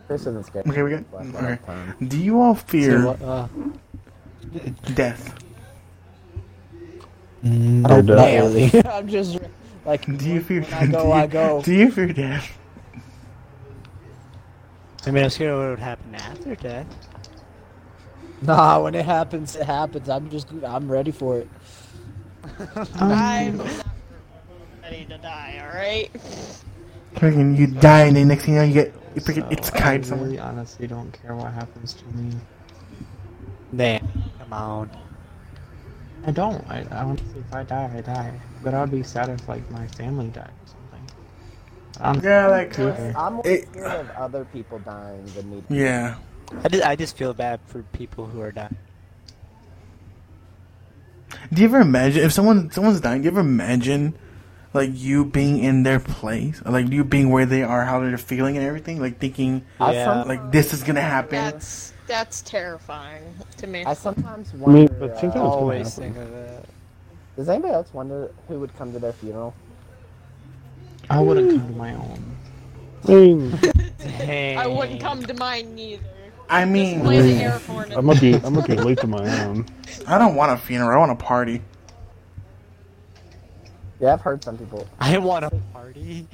Chris isn't scared.
Okay, we got.
Last
Okay.
time.
Do you all
So,
fear
uh,
death?
I don't
They're
know.
dead.
really. I'm just like
Do you fear?
when I
do
go,
you,
I go.
Do you fear death?
I mean, I'm scared of what would happen after death.
Nah, when it happens, it happens. I'm just I'm ready for it.
Ah,
I'm not ready to die. All right.
Freaking, you die, and then next thing you know, you get you freaking it's
I
kite somewhere.
really honestly don't care what happens to me.
Man, come on.
I don't. I, I honestly, if I die, I die. But I'd be sad if like my family died or Um, something. Honestly,
Yeah, like
Okay.
I'm more
It-
scared of other people dying than me.
yeah.
I just, I just feel bad for people who are dying.
Do you ever imagine if someone someone's dying? Do you ever imagine like you being in their place, Or, like you being where they are, how they're feeling, and everything? Like thinking
I,
Yeah.
some-
like this is gonna happen.
That's that's terrifying to me.
I sometimes
I mean,
wonder.
but
uh,
think that was gonna
Always
happen.
think of that.
does anybody else wonder who would come to their funeral?
I wouldn't come to my own.
I mean,
I wouldn't come to mine neither.
I
Just play
mean,
the air horn.
I'm gonna be I'm gonna be late to my own.
I don't want a funeral. I want a party.
Yeah, I've heard some people.
I want a party.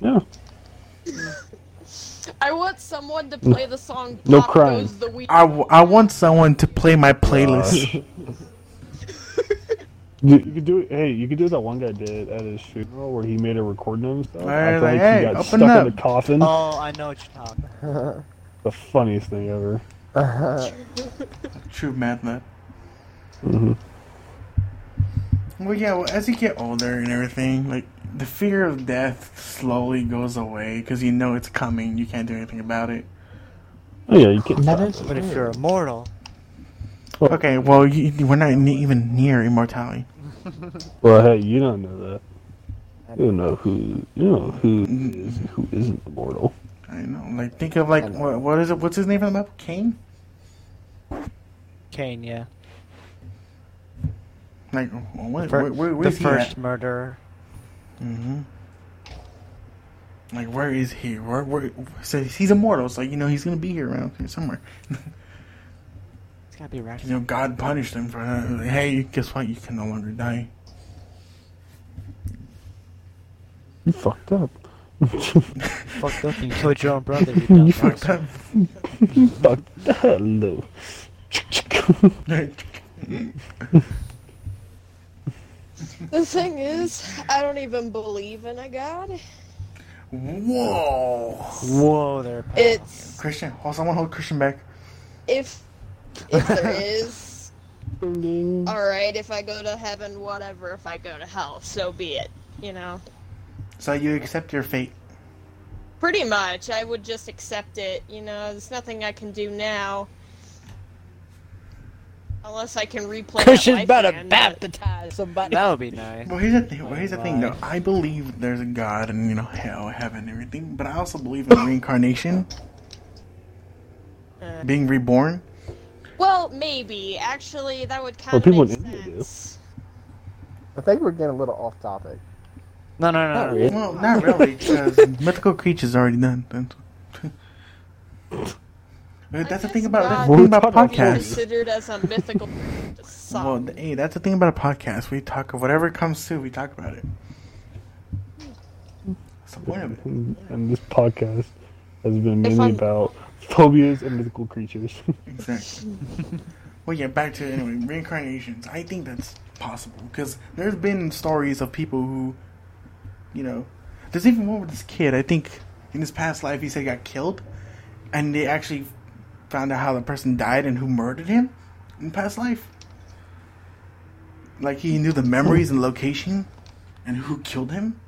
Yeah,
I want someone to play the song
No
Pop
crying.
Goes the Week.
I, w- I want someone to play my playlist.
You, you could do it. Hey, you could do what that one guy did at his funeral where he made a recording of himself.
Alright,
after,
like,
he
hey,
got
open
stuck
up. Uh.
in the coffin.
Oh, I know what you're talking about.
The funniest thing ever.
True madness.
Mm-hmm.
Well, yeah. Well, as you get older and everything, like the fear of death slowly goes away because you know it's coming. You can't do anything about it.
Oh yeah, you can't.
That is
But if you're immortal,
Okay, well, you, we're not ne- even near immortality.
Well, hey, you don't know that. You don't know who. You don't know who is and who isn't immortal.
I know. Like, think of like what, what is it? What's his name on the map? Kane.
Cain, yeah,
Like, what?
Fir-
where, where,
the
where's he
first
at?
murderer.
hmm Like, where is he? Where? Where? So he's immortal. So you know he's gonna be here around here somewhere.
It's gotta be
You
rational.
know, God punished them for that. Hey, guess what? You can no longer die.
You fucked up.
Fucked up and you killed your own brother. You dumb
Fucked
bastard.
up.
fucked up, Lou.
The thing is, I don't even believe in a god.
Whoa.
Whoa there. pal.
It's
Christian, hold someone hold Christian back.
if if there is.
Mm-hmm.
All right, if I go to heaven, whatever. If I go to hell, so be it. You know,
So you accept your fate.
pretty much. I would just accept it. You know, there's nothing I can do now, unless I can replay.
Christian's
that
about
life
to
again, but-
baptize somebody.
That would be nice.
Well, here's the thing. Well, here's the thing, though.
Right.
I believe there's a God and you know hell, heaven, everything. But I also believe in reincarnation,
Uh,
being reborn.
Well, maybe. Actually, that would kind
Well,
of
people
make
in India do.
sense.
I think we're getting a little off topic.
No, no, no.
Not
no.
really.
Well, not really, because mythical creatures already done. That's- That's the thing about that's the
God
thing about
Podcast.
Be
podcasts.
considered as a mythical to some.
Well, th- hey, that's the thing about a podcast. We talk of whatever comes to, we talk about it. That's the point of it.
and this podcast has been
If
mainly
I'm-
about phobias and mythical creatures.
Exactly. well, yeah, back to anyway reincarnations. I think that's possible because there's been stories of people who, you know, there's even one with this kid. I think in his past life he said he got killed, and they actually found out how the person died and who murdered him in past life. Like he knew the memories and location, and who killed him.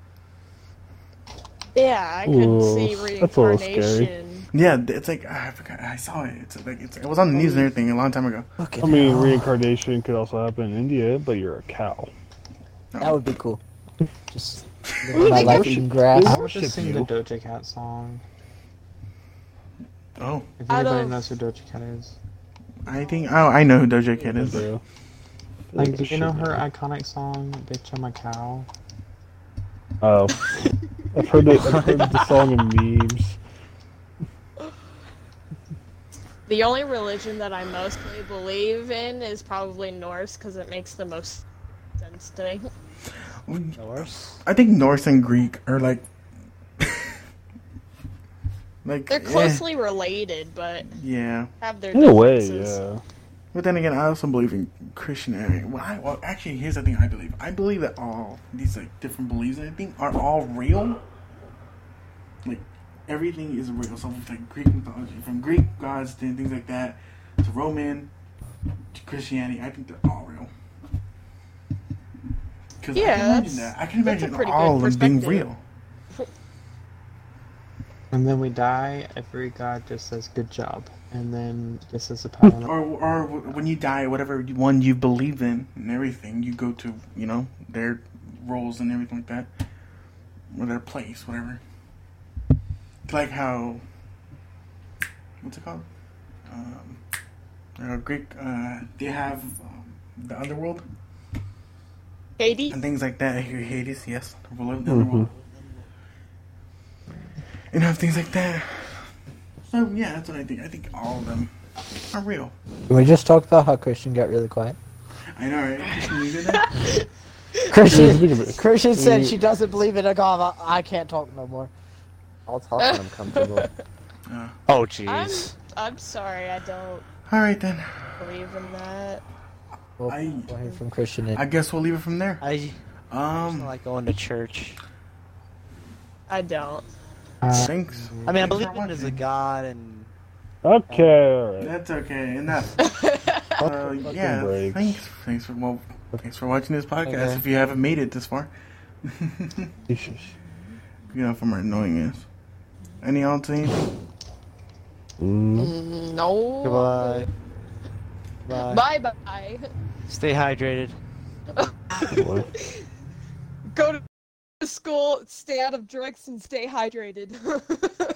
Yeah, I couldn't see
Ooh, that's a little scary.
reincarnation.
Yeah, it's like ah, I forgot. I saw it. It's like it's, it was on the news and everything a long time ago.
Fucking
I mean,
hell.
reincarnation could also happen in India, but you're a cow.
that would be cool. Just
They
living my life
worship-
eating grass.
I
I
worship
just sing
you.
the Doja Cat song.
Oh,
If
Out
anybody
of-
knows who Doja Cat is,
I think oh I know who Doja Cat is.
Bro.
like, do
Like,
you know
shit,
her
man.
iconic song "Bitch I'm a Cow"?
Oh, I've heard it. I've heard the song in memes.
The only religion that I mostly believe in is probably Norse because it makes the most sense to me.
Norse.
I think Norse and Greek are like like
They're
eh,
closely related, but
yeah.
have their
In a way,
differences.
yeah.
But then again, I also believe in Christianity. Well, I, well, actually, here's the thing I believe. I believe that all these like different beliefs and everything are all real. Like everything is real. So it's like Greek mythology, from Greek gods to things like that, to Roman, to Christianity. I think they're all real. Because I
Yeah,
can imagine
that's-
that. I can
that's a
imagine
pretty
all of
good
them being
perspective.
real.
And then we die. Every god just says "Good job," and then just as a pat on the
or or when you die, whatever one you believe in and everything, you go to you know their roles and everything like that, or their place, whatever. Like how, what's it called? Um, uh, Greek. Uh, they have um, the underworld
Katie,
Oh,
and things like that. Here, Hades, yes, the world of the underworld. And have things like that. So yeah, that's what I think. I think all of them are real.
We just talked about how Christian got really quiet.
I know, right? Can you do that?
Think
Christian,
of it.
Christian said she doesn't believe in a god. I, I can't talk no more.
I'll talk when I'm comfortable.
Oh,
I'm
jeez.
I'm sorry, I don't
All right then.
believe in that.
We'll,
I-
we'll hear from Christian. In.
I guess we'll leave it from there.
I
Um,
like going to church.
I don't.
thanks.
I mean, I
Thanks
believe
for
in as a
watching.
god and
Okay, alright.
That's okay. Enough.
Fuck
Uh,
the fucking
yeah.
breaks.
Thanks. Thanks for well. Thanks for watching this podcast.
Okay.
If you haven't made it this far, you
Jesus.
know from our annoying ass. Any else? anything?
Mm.
No.
goodbye. Bye.
Bye bye.
Stay hydrated.
Boy.
Go to school, stay out of drugs, and stay hydrated.